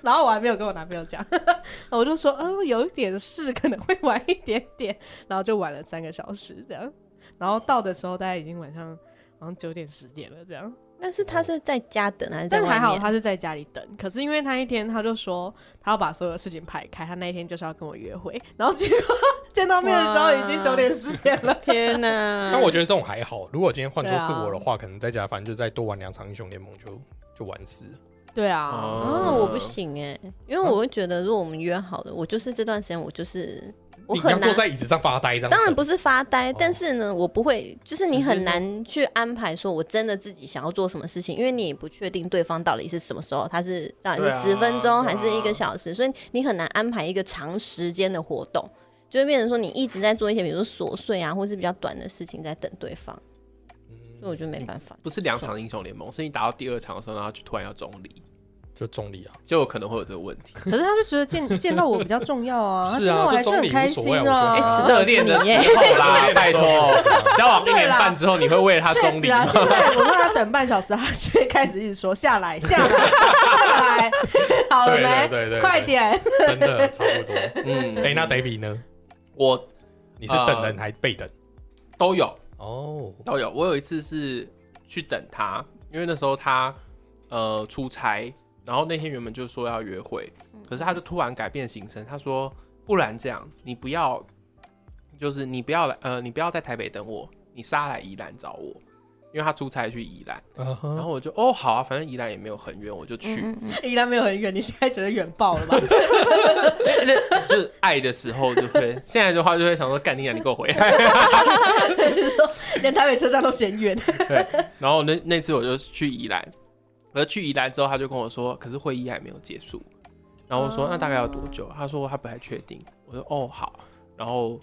E: 然后我还没有跟我男朋友讲， 我就说：“嗯，有一点事，可能会晚一点点。”然后就晚了三个小时这样。然后到的时候，大概已经晚上好像九点十点了这样。
D: 但是他是在家等还是在
E: 但
D: 外
E: 还
D: 面？
E: 好他是在家里等，可是因为他一天他就说他要把所有事情排开，他那一天就是要跟我约会，然后结果见到面的时候已经九点十点 了。
D: 天哪！
A: 但我觉得这种还好，如果今天换做是
E: 对啊
A: 我的话，可能在家反正就再多玩两场英雄联盟就就完事了。
E: 对啊，
D: 啊，
F: 哦
D: 我不行哎、因为我会觉得，如果我们约好了，我就是这段时间我就是我
A: 你要
D: 很
A: 坐
D: 难。
A: 在椅子上发呆这样子，
D: 当然不是发呆，但是呢，我不会，就是你很难去安排，说我真的自己想要做什么事情，因为你也不确定对方到底是什么时候，他是到底
F: 对
D: 是
F: 啊
D: 十分
F: 对啊
D: 钟还是一个小时，所以你很难安排一个长时间的活动，就会变成说你一直在做一些，比如说琐碎啊，或是比较短的事情在等对方，所以我
A: 嗯，
D: 就没办法。
F: 不是两场英雄联盟，是你打到第二场的时候，然后就突然要中离，
A: 就中立啊，
F: 就有可能会有这个问题。
E: 可是他就觉得见见到我比较重要啊，他
A: 是
E: 见
A: 啊
E: 到我还是
A: 就中
E: 很
A: 立
E: 开
A: 无所谓
E: 心
A: 啊
E: 啊。
D: 哎值得
F: 热恋的时候 啦，拜托，交往一年半之后，你会为了他
E: 确
F: 中
E: 实
F: 离
E: 啊，
F: 吗？
E: 现在我让他等半小时， 他就会开始一直说下来，下来，下来，好了
A: 对
E: 没
A: 对？对对，
E: 快点！
A: 对，真的差不多。
F: 嗯，
A: 哎，那 David 呢？
F: 我
A: 你是等人还被等？
F: 都有
A: 哦，
F: 都有。我有一次是去等他，因为那时候他呃出差，然后那天原本就说要约会，可是他就突然改变行程，他说不然这样，你不要，就是你不要来，呃，你不要在台北等我，你杀来宜兰找我，因为他出差去宜兰。
A: 然
F: 然后我就哦好啊，反正宜兰也没有很远，我就去。
D: 嗯
E: 依然没有很远，你现在觉得远 爆了吧？
F: 就是爱的时候就会，现在的话就会想说干你啊，你给我回来。
E: 连台北车站都嫌远。
F: 然后那那次我就去宜兰，可是去宜兰之后他就跟我说，可是会议还没有结束。然后我说那大概要多久？他说他不太确定。我说哦好，然后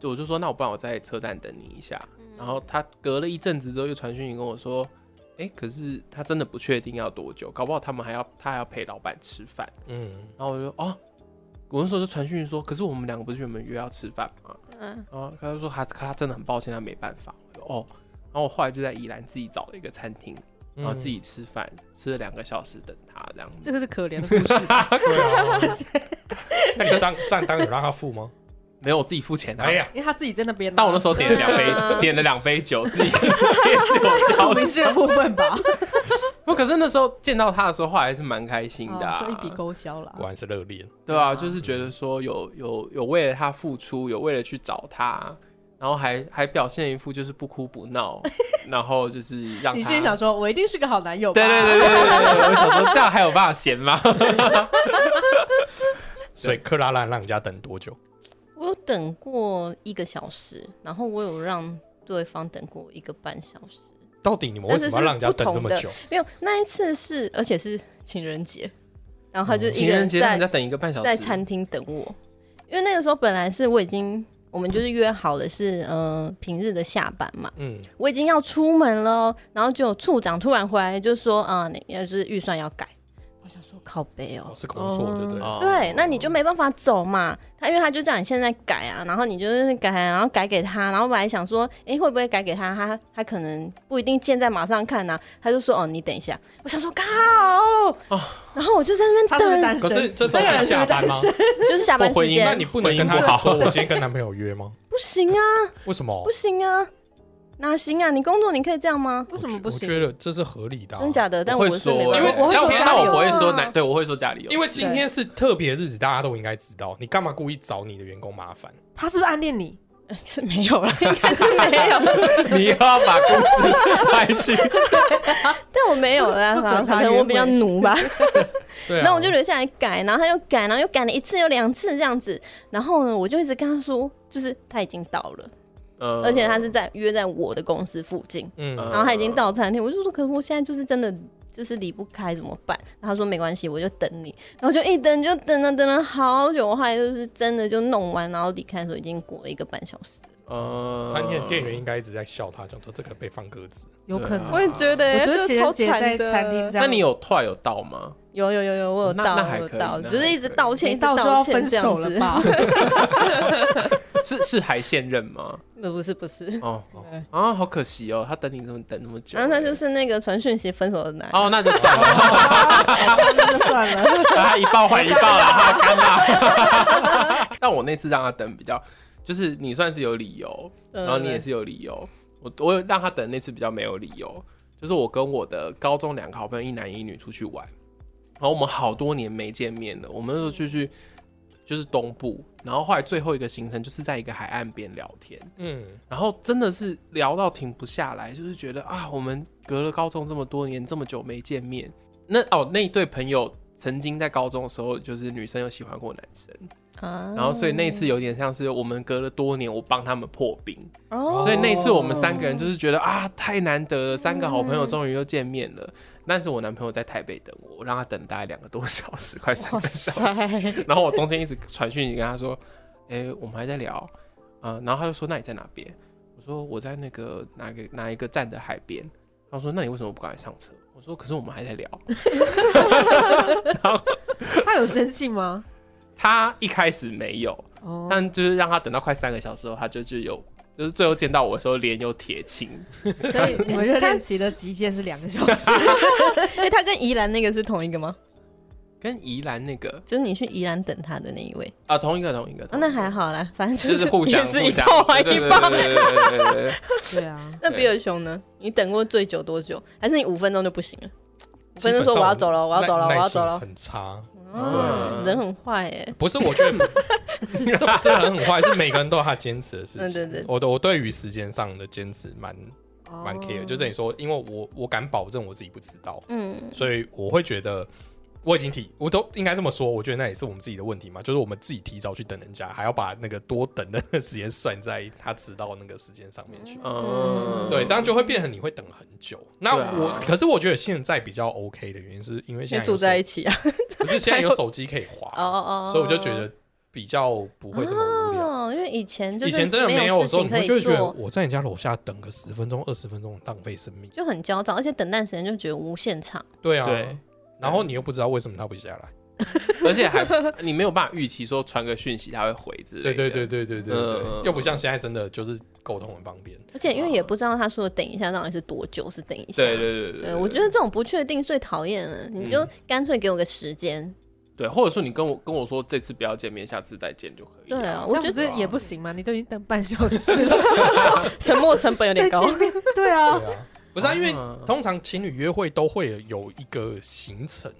F: 就我就说那我不然我在车站等你一下。
D: 嗯
F: 然后他隔了一阵子之后又传讯息跟我说，哎、可是他真的不确定要多久，搞不好他们还要他还要陪老板吃饭。
A: 嗯，
F: 然后我就哦，我那时候就传讯说，可是我们两个不是原本约要吃饭吗？
D: 嗯，
F: 然后他就说他他真的很抱歉，他没办法。我就哦，然后我后来就在宜兰自己找了一个餐厅，然后
A: 嗯
F: 自己吃饭，吃了两个小时等他这样子。
E: 这个是可怜 的故事，
A: 对啊。那你账账单有让他付吗？
F: 没有我自己付钱啊。
A: 哎呀，
E: 因为他自己在那边啊。
F: 但我那时
E: 候
F: 候点了两
D: 对啊
F: 杯，点了两杯酒，自己 借酒 浇
E: 明的部分吧，
F: 不，可是那时候见到他的时候，后来还是蛮开心的、啊
E: 哦就一笔勾销了
A: 果。然是热恋。
F: 对啊，就是觉得说有有有为了他付出，有为了去找他，然后还还表现一副就是不哭不闹，然后就是让他
E: 你心里想说，我一定是个好男友吧？
F: 对对对对对对，我想说这样还有办法闲吗？
A: 所以克拉拉让人家等多久？
D: 我有等过一个小时，然后我有让对方等过一个半小时。
A: 到底你们为什么要让人家等这么久？
D: 没有，那一次是，而且是情人节，然后他就一
F: 哦情
D: 个
F: 人
D: 人
F: 节让
D: 在
F: 人家等一个半小时，
D: 在餐厅等我，因为那个时候本来是我已经，我们就是约好的是，呃，平日的下班嘛，
A: 嗯，
D: 我已经要出门了哦，然后就处长突然回来就说，啊、你要是预算要改，我想说靠背哦
A: 我。是工作，对不对？
F: 哦
D: 对，那你就没办法走嘛。他因为他就叫你现在改啊，然后你就是改，然后改给他，然后本来想说，哎、会不会改给他？他他可能不一定现在马上看呐、他就说，哦，你等一下。我想说靠，然后我就在那
E: 他是不是
D: 边等，
E: 单身？
A: 可是这时候是下班吗？
D: 就是下班
F: 不婚
D: 时
F: 姻
D: 间
A: 那，你不能跟他讲说，我今天跟男朋友约吗？
D: 不行啊，
A: 为什么
D: 不？行啊，哪行啊？你工作你可以这样吗？
E: 为什么不
A: 我
E: 行？
A: 觉得这是合理的啊、
D: 真假的？但
F: 会
D: 我是
F: 说，欸
D: 没办法
F: 因为
E: 我会
F: 只要
E: 说
F: 平
E: 家
F: 常我
E: 里
F: 不
E: 有
F: 会
E: 事
F: 说
E: 啊
F: 哪，对我会说家里有事，
A: 因为今天是特别日子，大家都应该知道，你干嘛故意找你的员工麻烦？
E: 他是不是暗恋你？
D: 是没有了，应该是没有，
F: 你又要把故事拍去，
D: 但我没有啦，
E: 不准他
D: 可能
E: 约
D: 我
E: 会
D: 比较奴吧。
A: 对啊，
D: 那我就留下来改，然后他又改，然后又改了一次又两次这样子，然后呢，我就一直跟他说，就是他已经到了，
F: 呃
D: 而且他是在约在我的公司附近，
A: 嗯
F: 呃
D: 然后他已经到餐厅，我就说，可是我现在就是真的就是离不开，怎么办？然后他说没关系，我就等你，然后就一等就等了等了好久，我后来就是真的就弄完，然后离开的时候已经过了一个半小时，
F: 呃
A: 餐厅的店员应该一直在笑他，讲说这个被放鸽 子。
E: 有可能。
F: 我也觉
E: 我
A: 啊
D: 得
E: 觉得情人节在餐厅这样，
F: 那你有退有到吗？
D: 有有有有，我有
F: 那
D: 到，
F: 那还
D: 我有
F: 可以
D: 到，
F: 那
D: 就是
F: 还
D: 一直
F: 可以
D: 道歉，一
E: 没
D: 直
E: 到就要
D: 道
E: 分
D: 歉这
E: 手
D: 样子
E: 了。吧？
F: 是是还现任吗？
D: 呃 不是不是，
F: 哦哦
E: 对
F: 啊，好可惜哦，他等你这么等那么久，
D: 然后他就是那个传讯息分手的男人。
F: 哦，那就算了，
E: 那就算了。
F: 啊，一报还一报 了，哈，干啦。但我那次让他等比较，就是你算是有理由，然后你也是有理由。我我有让他等那次比较没有理由，就是我跟我的高中两个好朋友，一男一女出去玩，然后我们好多年没见面了，我们那时候就去就是东部，然后后来最后一个行程就是在一个海岸边聊天，
A: 嗯，
F: 然后真的是聊到停不下来，就是觉得啊，我们隔了高中这么多年，这么久没见面。那哦，那一对朋友曾经在高中的时候，就是女生有喜欢过男生，
D: 啊
F: 然后所以那一次有点像是我们隔了多年，我帮他们破冰。
D: 哦
F: 所以那一次我们三个人就是觉得啊，太难得了，三个好朋友终于又见面了。但是我男朋友在台北等我，我让他等大概两个多小时，快三个小时。然后我中间一直传讯息跟他说，哎、我们还在聊，嗯、然后他就说那你在哪边？我说我在那个哪个哪一个站的海边。他说那你为什么不赶快上车？我说可是我们还在聊。
E: 他有生气吗？
F: 他一开始没有，
E: 哦，
F: 但就是让他等到快三个小时后，他就就有。就是最后见到我的时候，脸有铁青，
E: 所以你们热恋期的极限是两个小时。
D: 哎，他跟宜兰那个是同一个吗？
F: 跟宜兰那个
D: 就是你去宜兰等他的那一位
F: 啊，同一个同一个，
D: 啊，
F: 同一个
D: 那还好啦，反正
F: 就是是互相
D: 也是
F: 互
D: 一
F: 相
D: 炮还
F: 对
D: 一
F: 对
D: 炮。
F: 对对对对对对对
E: 对啊，
D: 那比尔熊呢？你等过最久多久？还是你五分钟就不行了？五
A: 基
D: 分钟
A: 本上
D: 说我要走 了，我要走了，我
A: 耐
D: 要走
A: 耐
D: 了
A: 性。很差。
D: 啊，
F: 对
D: 人很坏哎。
A: 不是，我觉 得这不是很坏，是每个人都有他坚持的事情。
D: 嗯对哦对
A: 我的我对于时间上的坚持蛮蛮 care，、就等
E: 于
A: 于说，因为我我敢保证我自己不迟到，
D: 嗯，
A: 所以我会觉得我已经提，我都应该这么说，我觉得那也是我们自己的问题嘛，就是我们自己提早去等人家，还要把那个多等的 那个时间算在他迟到那个时间上面去。
F: 嗯，
A: 对，这样就会变成你会等很久。那
F: 对啊
A: 我、可是我觉得现在比较 OK 的原因，是因为现
D: 先
A: 在
D: 住
A: 有
D: 在
A: 手
D: 一起 啊。
A: 不是现在有手机可以滑，
D: 哦哦哦。
A: 所以我就觉得比较不会这么无聊。
D: 哦，因为以前就是
A: 以前真的
D: 没
A: 没有的
D: 事
A: 时候，
D: 情
A: 你
D: 可
A: 会就
D: 以
A: 会觉得
D: 做，
A: 我在你家楼下等个十分钟、二十分钟，浪费生命。
D: 就很焦躁，而且等待时间就觉得无限长。
A: 对啊，
F: 对
A: 然后你又不知道为什么他不下来。
F: 而且还你没有办法预期说传个讯息他会回之类的，
A: 对对对对对对
F: 嗯
A: 对，又不像现在真的就是沟通很方便。
D: 而且因为也
A: 啊
D: 不知道他说的等一下到底是多久，是等一下。
F: 对对对对
D: 对，我觉得这种不确定最讨厌了，你
A: 嗯
D: 就干脆给我个时间。
F: 对，或者说你跟我跟我说这次不要见面，下次再见就可以了。
D: 对啊，
E: 这
D: 我
E: 样
D: 觉
E: 不
D: 得
E: 是也不行吗？你都已经等半小时 了，
D: 沉默成本有点
E: 再
D: 高。
E: 见面。对啊，
A: 对啊，不是啊，因为
F: 啊
A: 通常情侣约会都会有一个行程，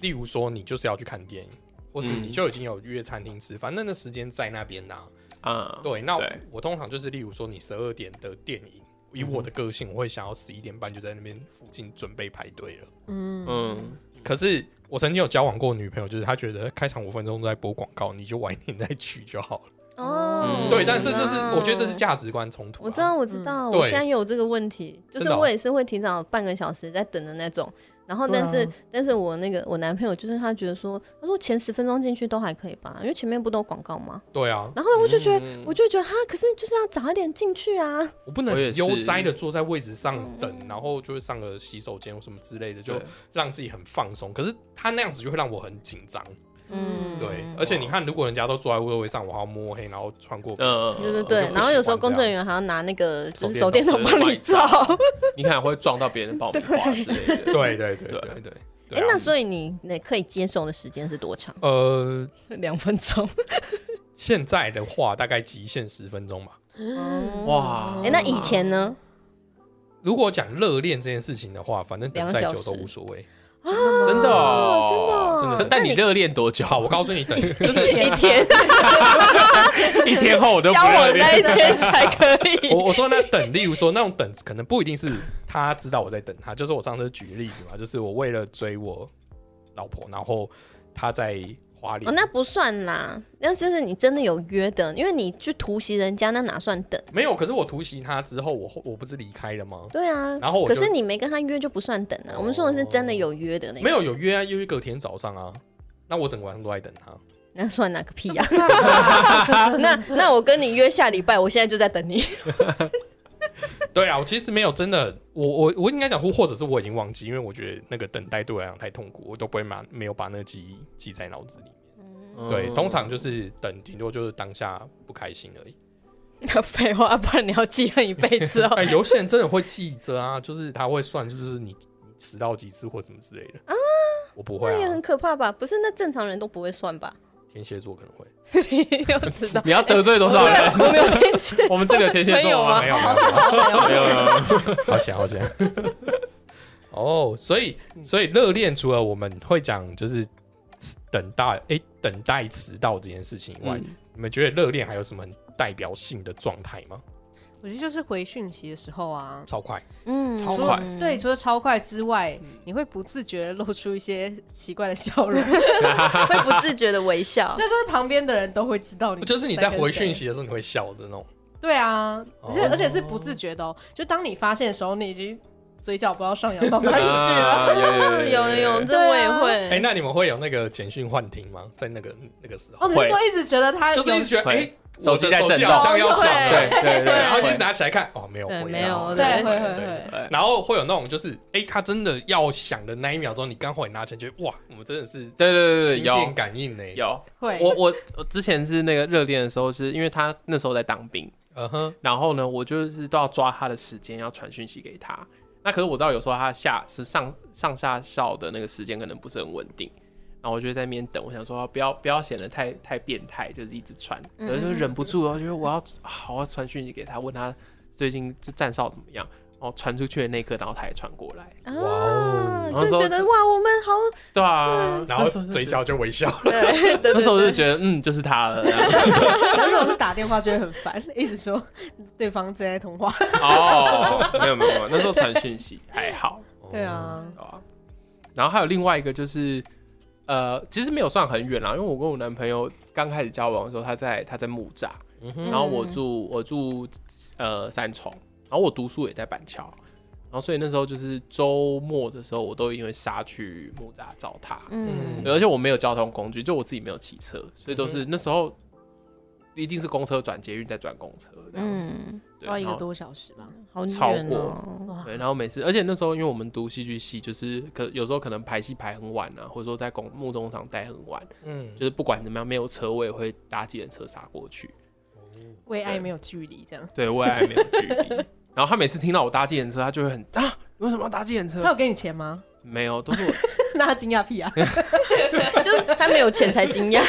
A: 例如说你就是要去看电影，或是
F: 嗯
A: 你就已经有约餐厅吃饭，那那时间在那边啦、
F: 啊，
A: 对，那我
F: 对
A: 我通常就是例如说你十二点的电影。
F: 嗯
A: 以我的个性，我会想要十一点半就在那边附近准备排队了。
E: 嗯，
F: 嗯，
A: 可是我曾经有交往过女朋友，就是她觉得开场五分钟都在播广告，你就晚一点再去就好了。
D: 哦
F: 嗯，
A: 对，但这就是
D: 哇
A: 我觉得这是价值观冲突、啊。
D: 我知道，我知道，我
A: 对
D: 现在也有这个问题，就
A: 真
D: 是
A: 的哦
D: 我也是会提早半个小时在等的那种。然后，
E: 对
D: 但
E: 啊
D: 是，但是我那个我男朋友就是他觉得说，他说前十分钟进去都还可以吧，因为前面不都有广告吗？
A: 对啊，
D: 然后呢，我就觉得，
F: 嗯
D: 我就觉得哈，可是就是要早一点进去啊。
A: 我不
F: 我也
A: 能
F: 是
A: 悠哉的坐在位置上
D: 嗯
A: 等，然后就是上个洗手间或什么之类的，就
F: 对
A: 让自己很放松。可是他那样子就会让我很紧张。
D: 嗯，
A: 对，而且你看，如果人家都坐在座位上，我还要摸黑，然后穿过。
F: 嗯，
D: 对对
A: 呃我就
D: 对
A: 不，
D: 然后有
A: 喜
D: 时候
A: 欢
D: 工
A: 这
D: 作人
A: 样
D: 员还要拿那个就是
A: 手
D: 手
A: 电
D: 电
F: 筒
D: 筒帮你照。
F: 你可能会撞到别人爆米花之类的。
A: 对对对
F: 对
A: 对对。对
D: 哎，
A: 啊
D: 那所以你你可以接受的时间是多长？
A: 呃，
D: 两 分钟。
A: 现在的话大概极限十分钟吧。哦
F: 哇
D: 哎，那以前呢？
A: 如果讲热恋这件事情的话，反正等
D: 两
A: 再
D: 小
A: 久都
D: 时
A: 无所谓。
F: 真的哦，
D: 真的
F: 真的。但你热恋多久？
A: 好，我告诉 你，等就是
D: 一天
F: 一天后我都不
D: 交
F: 热
D: 往在一
F: 恋。
D: 天才可 以。
A: 我我说那等，例如说那种等，可能不一定是他知道我在等他，就是我上次举例子嘛，就是我为了追我老婆，然后他在花莲，
D: 哦，那不算啦，那就是你真的有约的，因为你去突袭人家，那哪算等？
A: 没有，可是我突袭他之后，我后我不是离开了吗？
D: 对啊，
A: 然后我
D: 可
A: 就是
D: 你没跟他约就不算等啊。我们说的是真的有约的那个，
A: 没有有约啊，约隔天早上啊，那我整个晚上都在等他。
D: 那算哪个屁呀、啊？ 那那我跟你约下礼拜，我现在就在等你。
A: 对啊，我其实没有真的，我我我应该讲或或者是我已经忘记，因为我觉得那个等待对我来讲太痛苦，我都不会把没有把那个记忆记在脑子里。对，
F: 嗯
D: 哦
A: 通常就是等，顶多就是当下不开心而已。
D: 那 废话，不然你要记恨一辈子 哦。
A: 哎，有些人真的会记着啊，就是他会算，就是你你迟到几次或什么之类的啊。我不会
D: 那也很
A: 啊，
D: 可怕吧？不是，那正常人都不会算 吧？
A: 天蝎座可能会。
D: 你要知道，
F: 你要得罪多少
D: 对，
F: 人？
D: 我没有天蝎座，
F: 我们这里有天蝎
D: 没有啊
F: 座
D: 吗
A: 没？有， 没有，
F: 没有没啊有，没有
A: 好险，好险。哦，所以所以热恋除了我们会讲就是等待，哎，等待迟到这件事情以外，
F: 嗯
A: 你们觉得热恋还有什么很代表性的状态吗？
E: 我觉得就是回讯息的时候啊，
A: 超快，
D: 嗯，
F: 超
E: 除
F: 快
E: 了对，除了超快之外，你会不自觉地露出一些奇怪的笑容，啊
D: 会不自觉的微 笑。
E: 就是旁边的人都会知道你。
A: 就是你在回讯。息的时候你会笑的那种。
E: 对啊，而且
A: 哦
E: 而且是不自觉的哦，就当你发现的时候，你已经嘴角不知道上扬到哪里 去了。
F: 啊有
D: 有有有，这
E: 对啊
D: 我也
A: 哎，
D: 会。
A: 那你们会有那个简讯幻听吗？在那个那个时候
E: 哦，，你是说一直觉得他
A: 就是一直觉得
F: 会
A: 哎，我的
F: 手机在震动
A: 好像要响了，
F: 对对对，
A: 然后就
F: 会
A: 拿起来看，哦，没有
D: 对
A: 回，
D: 没有
A: 然后
E: 对
D: 对
A: 对
E: 会会
A: 对对
E: 会，
F: 对
A: 然后会有那种就是，哎、他真的要响的那一秒钟，你刚好也拿起来，觉得哇，我们真的是
F: 对对对对，
A: 心电
F: 有
A: 感应呢、
F: 有。
E: 会
F: 我我我之前是那个热恋的时候，是因为他那时候在当兵，
A: 嗯哼，
F: 然后呢，我就是都要抓他的时间，要传讯息给他。那可是我知道有时候他下是上上下校的那个时间可能不是很稳定，然后我就在那边等，我想说不要不要显得太太变态，就是一直传，有的时候忍不住，然后觉得我要好要传讯息给他，问他最近就站哨怎么样。然后传出去的那一刻，然后他也传过来，
D: 啊
A: 哇哦
F: 然后
D: 就觉
F: 说
D: 得哇，我们 好
F: 对啊，
A: 然
F: 那
A: 后
F: 时候就
A: 嘴
F: 觉
A: 角就微笑了，
D: 对对
F: 得，那时候我就
D: 对
F: 觉得嗯，就是他了。这样
E: 可是如果是打电话就会很烦，一直说对方正在通话。
F: 哦，没有没有没有，那时候传 讯息还好，
A: 哦
E: 对啊，
F: 对啊。然后还有另外一个就是，呃，其实没有算很远啦，因为我跟我男朋友刚开始交往的时候，他在他在木栅，
A: 嗯
F: 然后我住我住呃三重，然后我读书也在板桥，然后所以那时候就是周末的时候，我都一定会杀去木栅找他。
A: 嗯
D: 嗯，
F: 对而且我没有交通工具，就我自己没有骑车，所以都是那时候一定是公车转捷运再转公车这样子。
D: 嗯，
F: 对，
E: 要一个
F: 然后
E: 多小时吧。
D: 好
F: 超
D: 远
F: 过
D: 哦。
F: 对，然后每次，而且那时候因为我们读戏剧系，就是可有时候可能排戏排很晚啊，或者说在公木工厂待很晚，
A: 嗯，
F: 就是不管怎么样，没有车我也会搭计程车杀过去。
E: 为爱
F: 对
E: 没有距离，这样。
F: 对，我也还没有距离。 然后他每次听到我搭计程车，他就会很啊，你为什么要搭计程
E: 他
F: 车？
E: 有给你钱吗？
F: 没有，都是我
E: 那他惊讶屁啊！
D: 就是他没有钱才惊讶。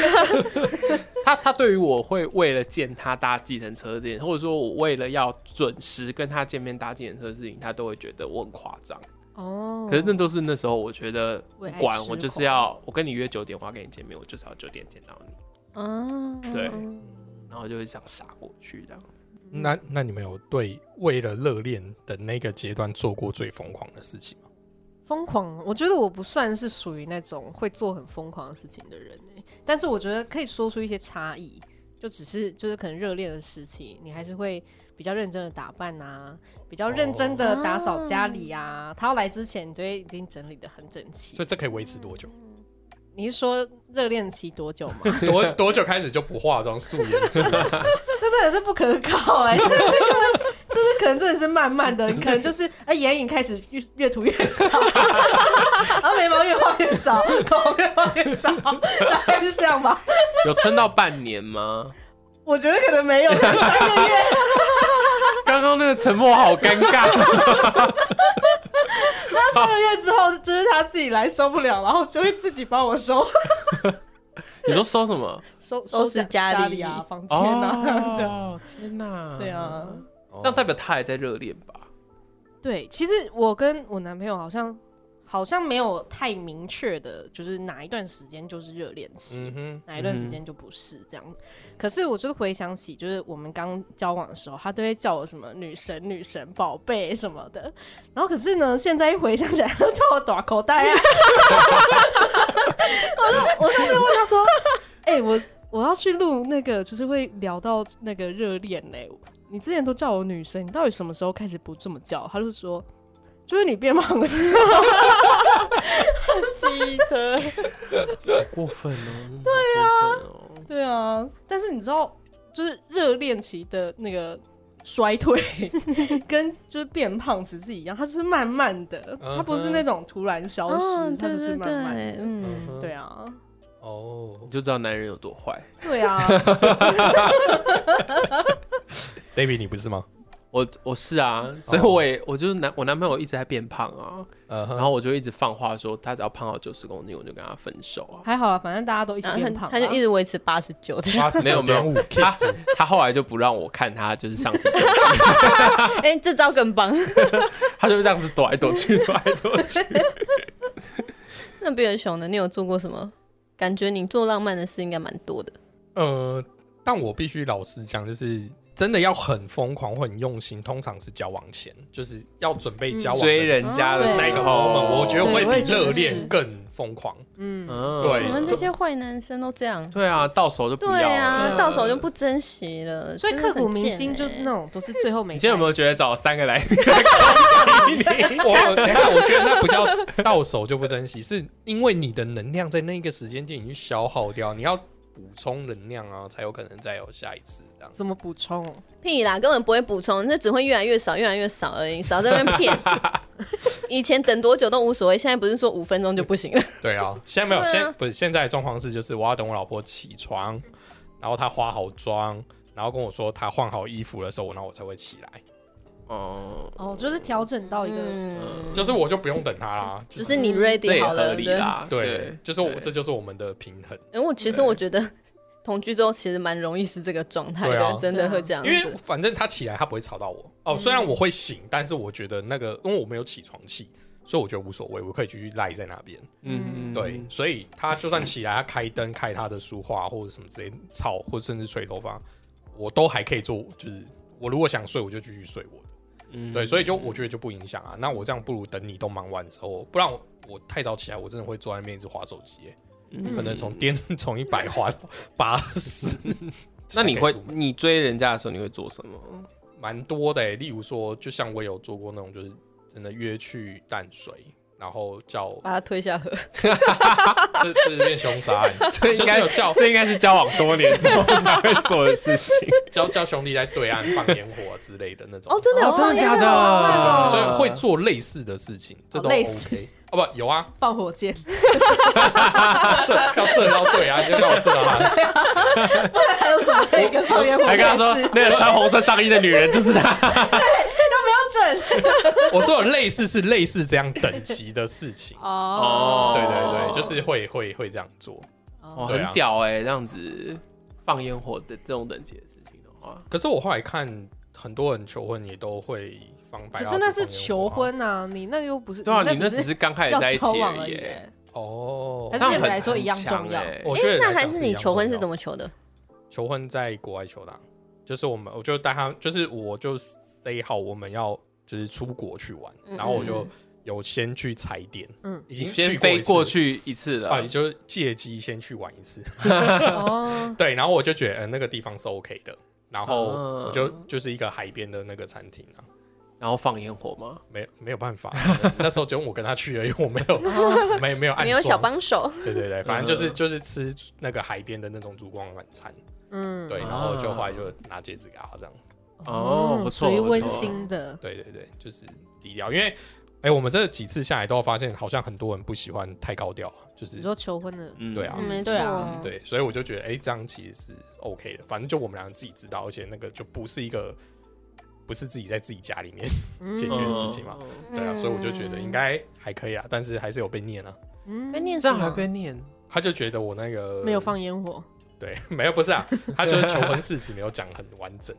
F: 他他对于我会为了见他搭计程车这件事，或者说我为了要准时跟他见面搭计程车的事情，他都会觉得我很夸张。
E: 哦
F: 可是那都是那时候我觉得不
E: 为爱
F: 管
E: 痴
F: 我就是
E: 狂
F: 要我跟你约九点，我要跟你见面，我就是要九点见到你。
E: 哦
D: 啊，
F: 对，然后就会这样杀过去这样。
A: 那那你们有对为了热恋的那个阶段做过最疯狂的事情吗？
E: 疯狂，我觉得我不算是属于那种会做很疯狂的事情的人、欸、但是我觉得可以说出一些差异，就只是就是可能热恋的时期，你还是会比较认真的打扮啊，比较认真的打扫家里啊。他要来之前，你都会已经整理的很整齐
A: 所。以这可以维持多 久？
E: 你是说热恋期多久吗？
A: 多多久开始就不化妆素颜出门？
E: 这真的是不可靠哎、这个就是可能真的是慢慢的，可能就是哎眼影开始越越涂越少， 然后眉毛越画越少， 口红越画越少，大概是这样吧。
F: 有撑到半年吗？
E: 我觉得可能没有，可能三个月，
F: 刚刚那个沉默好尴 尬。
E: 三个月之后就是他自己来收不了，然后就会自己帮我 收
F: 你说收什么？
E: 收
D: 收拾
E: 拾
D: 家里
E: 里啊、房间啊，这样
F: 哦，天哪！
E: 对，啊。
A: 哦
F: 这样代表他还在热恋吧？
E: 对，其实我跟我男朋友好像好像没有太明确的，就是哪一段时间就是热恋
A: 嗯
E: 期，
A: 哼，
E: 哪一段时间就不是这样。可是我就是回想起，就是我们刚交往的时候，他都会叫我什么女神、女神、宝贝什么的。然后可是呢，现在一回想起来，都叫我短口袋啊。 我说，我上次问他说，哎、我我要去录那个，就是会聊到那个热恋嘞。你之前都叫我女神，你到底什么时候开始不这么叫？他就说。就是你变胖的时候，
D: 机车，
F: 好过分哦！对啊，
E: 对啊，但是你知道，就是热恋期的那个衰退， 跟就是变胖其实是一样，它是慢慢的，
F: 嗯
E: 它不是那种突然
F: 哦
E: 消失，
D: 嗯，
E: 它
D: 对
E: 只是
D: 对
E: 慢慢的。
D: 对，嗯，
A: 嗯，
E: 对， 啊，
A: 哦
F: 你就知道男人有多坏。
E: 对啊，
A: ，David 你不是吗？
F: 我我是啊，所以我也我就是男我男朋友一直在变胖啊，
A: 呃哼，
F: 然后我就一直放话说他只要胖到九十公斤我就跟他分手啊。
E: 还好啦，反正大家都一起
D: 然后
E: 变胖啊
D: 他
E: 啦，
D: 他就一直啊维持八十九这 样，
A: 十
F: 没有没有
A: 五 K
F: 他他后来就不让我看他就是上体重，
D: 哎，这招更棒，
F: 他就这样子躲来躲去，躲来躲去。
D: 那比尔熊呢？你有做过什么？感觉你做浪漫的事应该蛮多的。
A: 呃，但我必须老实讲，就是真的要很疯狂或很用心，通常是交往前，就是要准备交往的
F: 追人家的
A: 那
F: 时
A: 个
F: 候，
A: moment，我觉得
E: 对
A: 会
E: 我也
A: 比
E: 觉得
A: 热
E: 是
A: 恋更疯狂。
E: 嗯，
F: 嗯
A: 对
D: 你们这些坏男生都这样，
F: 对啊，到手就不要
D: 对
F: 了。
D: 啊，
E: 对
D: 到手就不珍惜了，
E: 所以
D: 真的
E: 刻
D: 很
E: 骨铭
D: 贱
E: 心就
D: 欸
E: 那种都是最后没。
F: 你今天有没有觉得？找三个来
A: 我等一下我觉得那不叫到手就不珍惜，是因为你的能量在那个时间点已经消耗掉，你要补充能量啊，才有可能再有下一次这样。
E: 怎么补充？
D: 屁啦，根本不会补充，那只会越来越少，越来越少而已，少在那边骗。以前等多久都无所谓，现在不是说五分钟就不行了，
A: 对 啊，现在没有，
D: 对啊
A: 现不是现在的状况是，就是我要等我老婆起床，然后她化好妆，然后跟我说她换好衣服的时候，然后我才会起来，
F: 哦，
E: 哦，就是调整到一个，
D: 嗯，
A: 就是我就不用等她啦，
D: 只
A: 就是
D: 是你
F: 这
D: ready
F: 也
D: 好
F: 合
D: 了，
F: 理
D: 对。
F: 啦。
A: 对，就是我这
F: 对
A: 就是我们的平衡。
D: 因为我其实我觉得同居之后其实蛮容易是这个状态
A: 对啊
D: 的，真的会这样
A: 因
D: 子。
A: 为反正他起来，他不会吵到我。哦，虽然我会醒，但是我觉得那个，因为我没有起床气，所以我觉得无所谓，我可以继续赖在那边。
F: 嗯
A: 对，所以他就算起来，他开灯、开他的书画或者什么之类，吵或者甚至吹头发，我都还可以做。就是我如果想睡，我就继续睡我的。
F: 嗯
A: 对，所以就我觉得就不影响啊。那我这样不如等你都忙完之后，不然我我太早起来，我真的会坐在那边一直划手机耶、
F: 嗯
A: 可能从颠 从一百划到八十。
F: 那你会
A: 才可以出门
F: 你追人家的时候，你会做什么？
A: 蛮多的欸、例如说，就像我有做过那种，就是真的约去淡水，然后 叫
D: 把他推下河，
A: 这这是变凶杀案，
F: 这
A: 就是有叫
F: 这应该是交往多年之后才会做的事 情。
A: 叫叫兄弟在对岸放烟火啊之类的那种。
D: 哦，真的有放烟火
F: 哦
D: 啊
A: 就会做类似的事情，这都
E: 类似
A: OK。哦不，有啊，
E: 放 火箭，
A: 要射到对啊，就要射到他。
E: 还有什么可以跟放烟火？
F: 还跟他 说， 那个穿红色上衣的女人就是他。
E: 标准。
A: 我说有类似是类似这样等级的事情
E: 哦
F: 哦，
A: 对对对，就是会会会这样做。
F: 哦，
A: 对啊
F: 很屌哎，这样子放烟火的这种等级的事情的话，
A: 可是我后来看很多人求婚也都会放白蜡
E: 可
A: 烛，
E: 是那
A: 放
E: 是
A: 烟火
E: 求
A: 啊
E: 婚啊，你那个又不是，
F: 对啊，
E: 那
F: 你那只
E: 是
F: 是刚开始
E: 要
F: 在一
E: 交
F: 起
E: 往
F: 而
E: 而
F: 已
E: 已
F: 欸，
E: 欸。
A: 哦。
E: 还
F: 这样
E: 对你
F: 很
E: 来说一样
F: 很强
E: 重要
F: 欸
A: 我
D: 哎、
A: 觉得
D: 那
A: 来
D: 还
A: 讲
D: 是
A: 是
D: 你求婚是怎
A: 么？
D: 么求的？
A: 求婚在国外求的啊、就是我们，我就带他，就是我就 say 好我们要就是出国去玩，
D: 嗯
A: 然后我就有先去踩点，
E: 嗯
A: 已
F: 已经
A: 经
F: 先
A: 去
F: 飞过
A: 一次
F: 去一次了
A: 啊，也就是借机先去玩一次，
E: 哦，
A: 对，然后我就觉得、呃、那个地方是 OK 的，然后
F: 啊
A: 我就就是一个海边的那个餐厅啊。
F: 然后放烟火吗？
A: 没没有办法， 那时候只有我跟他去而已，我没 有
E: 嗯
A: 没没有暗
D: 没有小
A: 装
D: 帮手，
A: 对对对，反正就是
F: 嗯
A: 就是吃那个海边的那种烛光晚餐，
E: 嗯，
A: 对，然后就后来就拿戒指给他这样，
F: 哦不错
E: 属于
F: 不错
E: 温馨的，
A: 对对对，就是低调，因为哎、我们这几次下来都发现，好像很多人不喜欢太高调，就是
E: 你说求婚的，
F: 嗯，
A: 对啊
D: 嗯，没
E: 对啊
D: 错，
A: 对，所以我就觉得哎、这样其实是 OK 的，反正就我们两个自己知道，而且那个就不是一个不是自己在自己家里面 解决的事情
E: 哦
A: 嘛，
F: 嗯
A: 对啊，所以我就觉得应该还可以啊，但是还是有被念啊，
E: 嗯
D: 被，念
F: 这
D: 什
F: 样还
D: 么？
F: 被念，
A: 他就觉得我那个
E: 没有放烟火，
A: 对，没有不是啊，他就是求婚誓词没有讲很完整，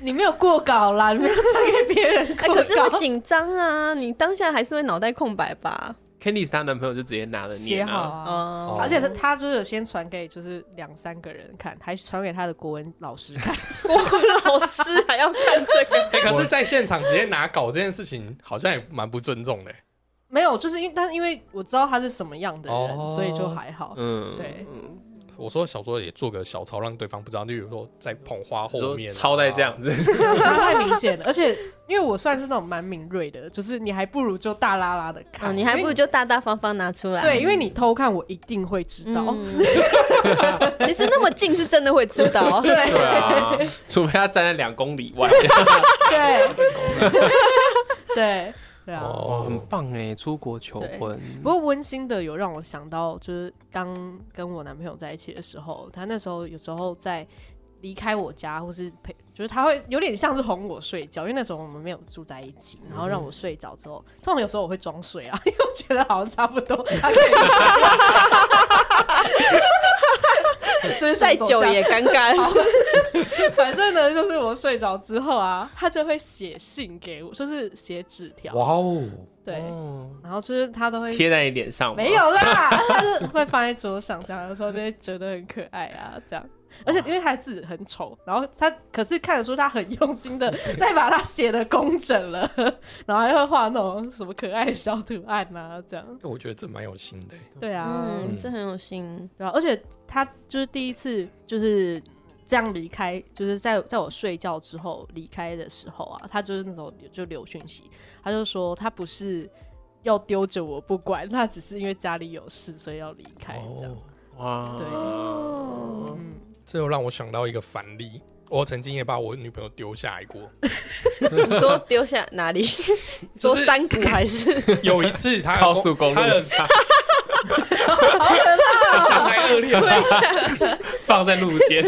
E: 你没有过稿啦，你没有传给别人
D: 哎，
E: 过稿。
D: 可是会紧张啊，你当下还是会脑袋空白吧？
F: Candice 她男朋友就直接拿了
E: 写
F: 念
E: 好
F: 啊，
E: 啊。
D: 哦，
E: 而且他他就是有先传给就是两三个人看，还传给他的国文老师看。
D: 国文 老师还要看这个，
A: 哎、可是在现场直接拿稿这件事情，好像也蛮不尊重的、
E: 没有，就是因但是因为我知道他是什么样的人，
A: 哦
E: 所以就还好。
F: 嗯，
E: 对
F: 嗯，
A: 我说小说也做个小抄，让对方不知道，例如说在捧花后
F: 就
A: 面、啊
F: 抄在这，样子，
E: 太明显了，而且因为我算是那种蛮敏锐的，就是你还不如就大拉拉的看，
D: 嗯，你还不如就大大方方拿出来。
E: 对，因为你偷看我一定会知道。
D: 嗯 其实那么近是真的会知道， 对，
F: 对啊，除非他站在两公里外，
E: 对， 对，对啊。
F: 哇，
A: 哦，
F: 很棒哎，出国求
E: 对
F: 婚，
E: 不过温馨的有让我想到，就是刚跟我男朋友在一起的时候，他那时候有时候在离开我家，或是陪，就是他会有点像是哄我睡觉，因为那时候我们没有住在一起，然后让我睡着之后，通常有时候我会装睡啊，因 为我觉得好像差不多，他可以， 真是
D: 再久也尴 尬。
E: 反正呢，就是我睡着之后啊，他就会写信给我，就是写纸条，
A: 哇哦，
E: 对，
F: 哦
E: 然后就是他都会
F: 贴在你脸上吗
E: 没，有啦， 他是会放在桌上，这样有时候就会觉得很可爱啊，这样。而且因为他的字很丑，然后他可是看得出他很用心的 再把它写的工整了， 然后还会画那种什么可爱的小图案啊，这样。
A: 我觉得这蛮有心的、
E: 对啊，
D: 嗯，这很有心。
E: 对啊，而且他就是第一次就是这样离开，就是在在我睡觉之后离开的时候啊，他就是那时候就留讯息，他就说他不是要丢着我不管，他只是因为家里有事所以要离开这样。
A: 哦，
F: 哇，
E: 对
F: 对，
E: 嗯，
A: 这又让我想到一个反例，我曾经也把我女朋友丢下来 过。
D: 你说丢下哪 里？说山谷还是？
A: 有一次她
F: 高速公
A: 她的
F: 路 上
E: 哦
A: 讲太恶劣了，
F: 放在路肩，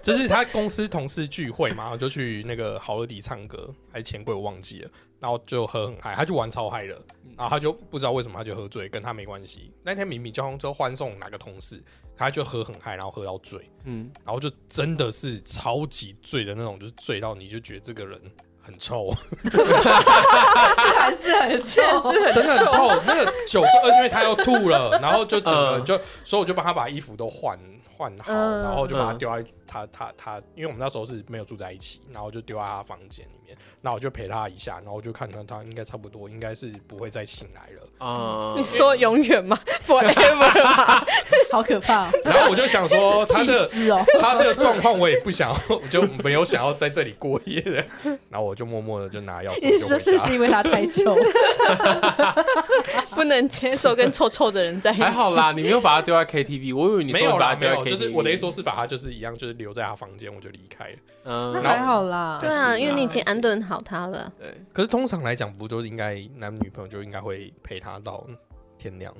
A: 就是他公司同事聚会嘛，我就去那个好乐迪唱歌，还是钱柜我忘记了，然后就喝很嗨，他就玩超嗨了，然后他就不知道为什么他就喝醉，跟他没关系。那天明明就就欢送哪个同事，他就喝很嗨，然后喝到醉，
F: 嗯，
A: 然后就真的是超级醉的那种，就是醉到你就觉得这个人很臭，
E: 这还是很臭，
A: 真的很臭。那个酒醉，而且因为他又吐了，然后就整个
F: 嗯
A: 就，所以我就帮他把衣服都换换好，
E: 嗯
A: 然后就把他
F: 嗯
A: 丢在他他他，因为我们那时候是没有住在一起，然后就丢在他房间里面，那我就陪他一下，然后我就看到他应该差不多，应该是不会再醒来了。
F: 啊，
D: 你说永远吗？Forever 吗？
E: 好可怕、哦，
A: 然后我就想说， 他这
E: 气
A: 个
E: 势哦。
A: 他这个状况我也不想要， 我就没有想要在这里过夜的，然后我就默默的就拿钥
E: 你
A: 匙
E: 说是
A: 就回
E: 不是
A: 家。
E: 因为他太臭？
D: 不能接受跟臭臭的人在一起。
F: 还好，啦，你没有把它丢在 KTV，我以为你说
A: 没有
F: 你把
A: 啦，
F: 它
A: 没有，
F: 丢在 KTV，
A: 就是我的意思说，是把他就是一样，就是留在他房间，我就离开了。
E: 那
F: 嗯，
E: 还好啦
D: 对，啊，因为你已经安顿好他了。啊
F: 对，
A: 可是通常来讲，不就是应该男女朋友就应该会陪他到天亮，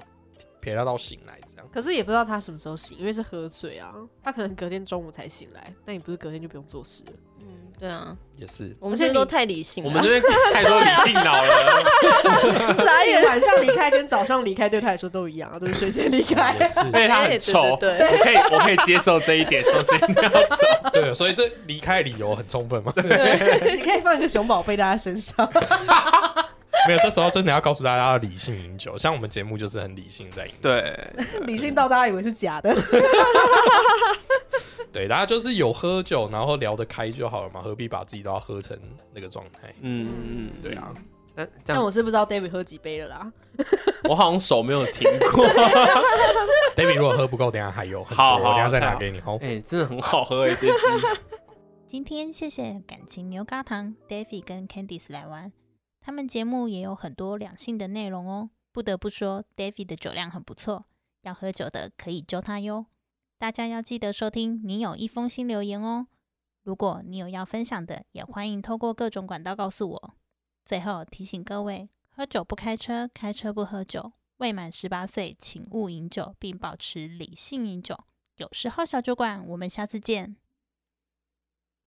A: 陪他到醒来这样？
E: 可是也不知道他什么时候醒，因为是喝醉啊，他可能隔天中午才醒来，那你不是隔天就不用做事了？
D: 嗯，对啊，
A: 也是，
D: 我们现在都太理性
F: 我
D: 了。
F: 们这边太多理性 脑了，
E: 傻眼，晚上离开跟早上离开对他来说都一样啊，都是睡前离 开。
A: 也是，
F: 而且他很臭，
D: 哎对对
F: 我可以我可以接受这一点，首先你要走，
A: 对，所以这离开的理由很充分 嘛？
E: 你可以放一个熊宝贝在他身上，
A: 没有，这时候真的要告诉大家要理性饮酒，像我们节目就是很理性在饮。
F: 对，
E: 理性到大家以为是假的。
A: 对，大家就是有喝酒，然后聊得开就好了嘛，何必把自己都要喝成那个状态？
F: 嗯嗯，
A: 对啊，
F: 但这
E: 但
F: 样
E: 我是不知道 David 喝几杯了啦，
F: 我好像手没有停 过，
A: ，David 如果喝不够，等一下还有很多，
F: 好好
A: 我等一下再拿
F: 好
A: 给你哦。
F: 哎，真的很好喝哎，这支
C: 今天谢谢感情牛轧糖 Daffy 跟 Candice 来玩，他们节目也有很多两性的内容哦。不得不说，Daffy 的酒量很不错，要喝酒的可以揪他哟。大家要记得收听，你有一封新留言哦。如果你有要分享的，也欢迎透过各种管道告诉我。最后提醒各位，喝酒不开车，开车不喝酒。未满十八岁，请勿饮酒，并保持理性饮酒。有时候小酒馆，我们下次见。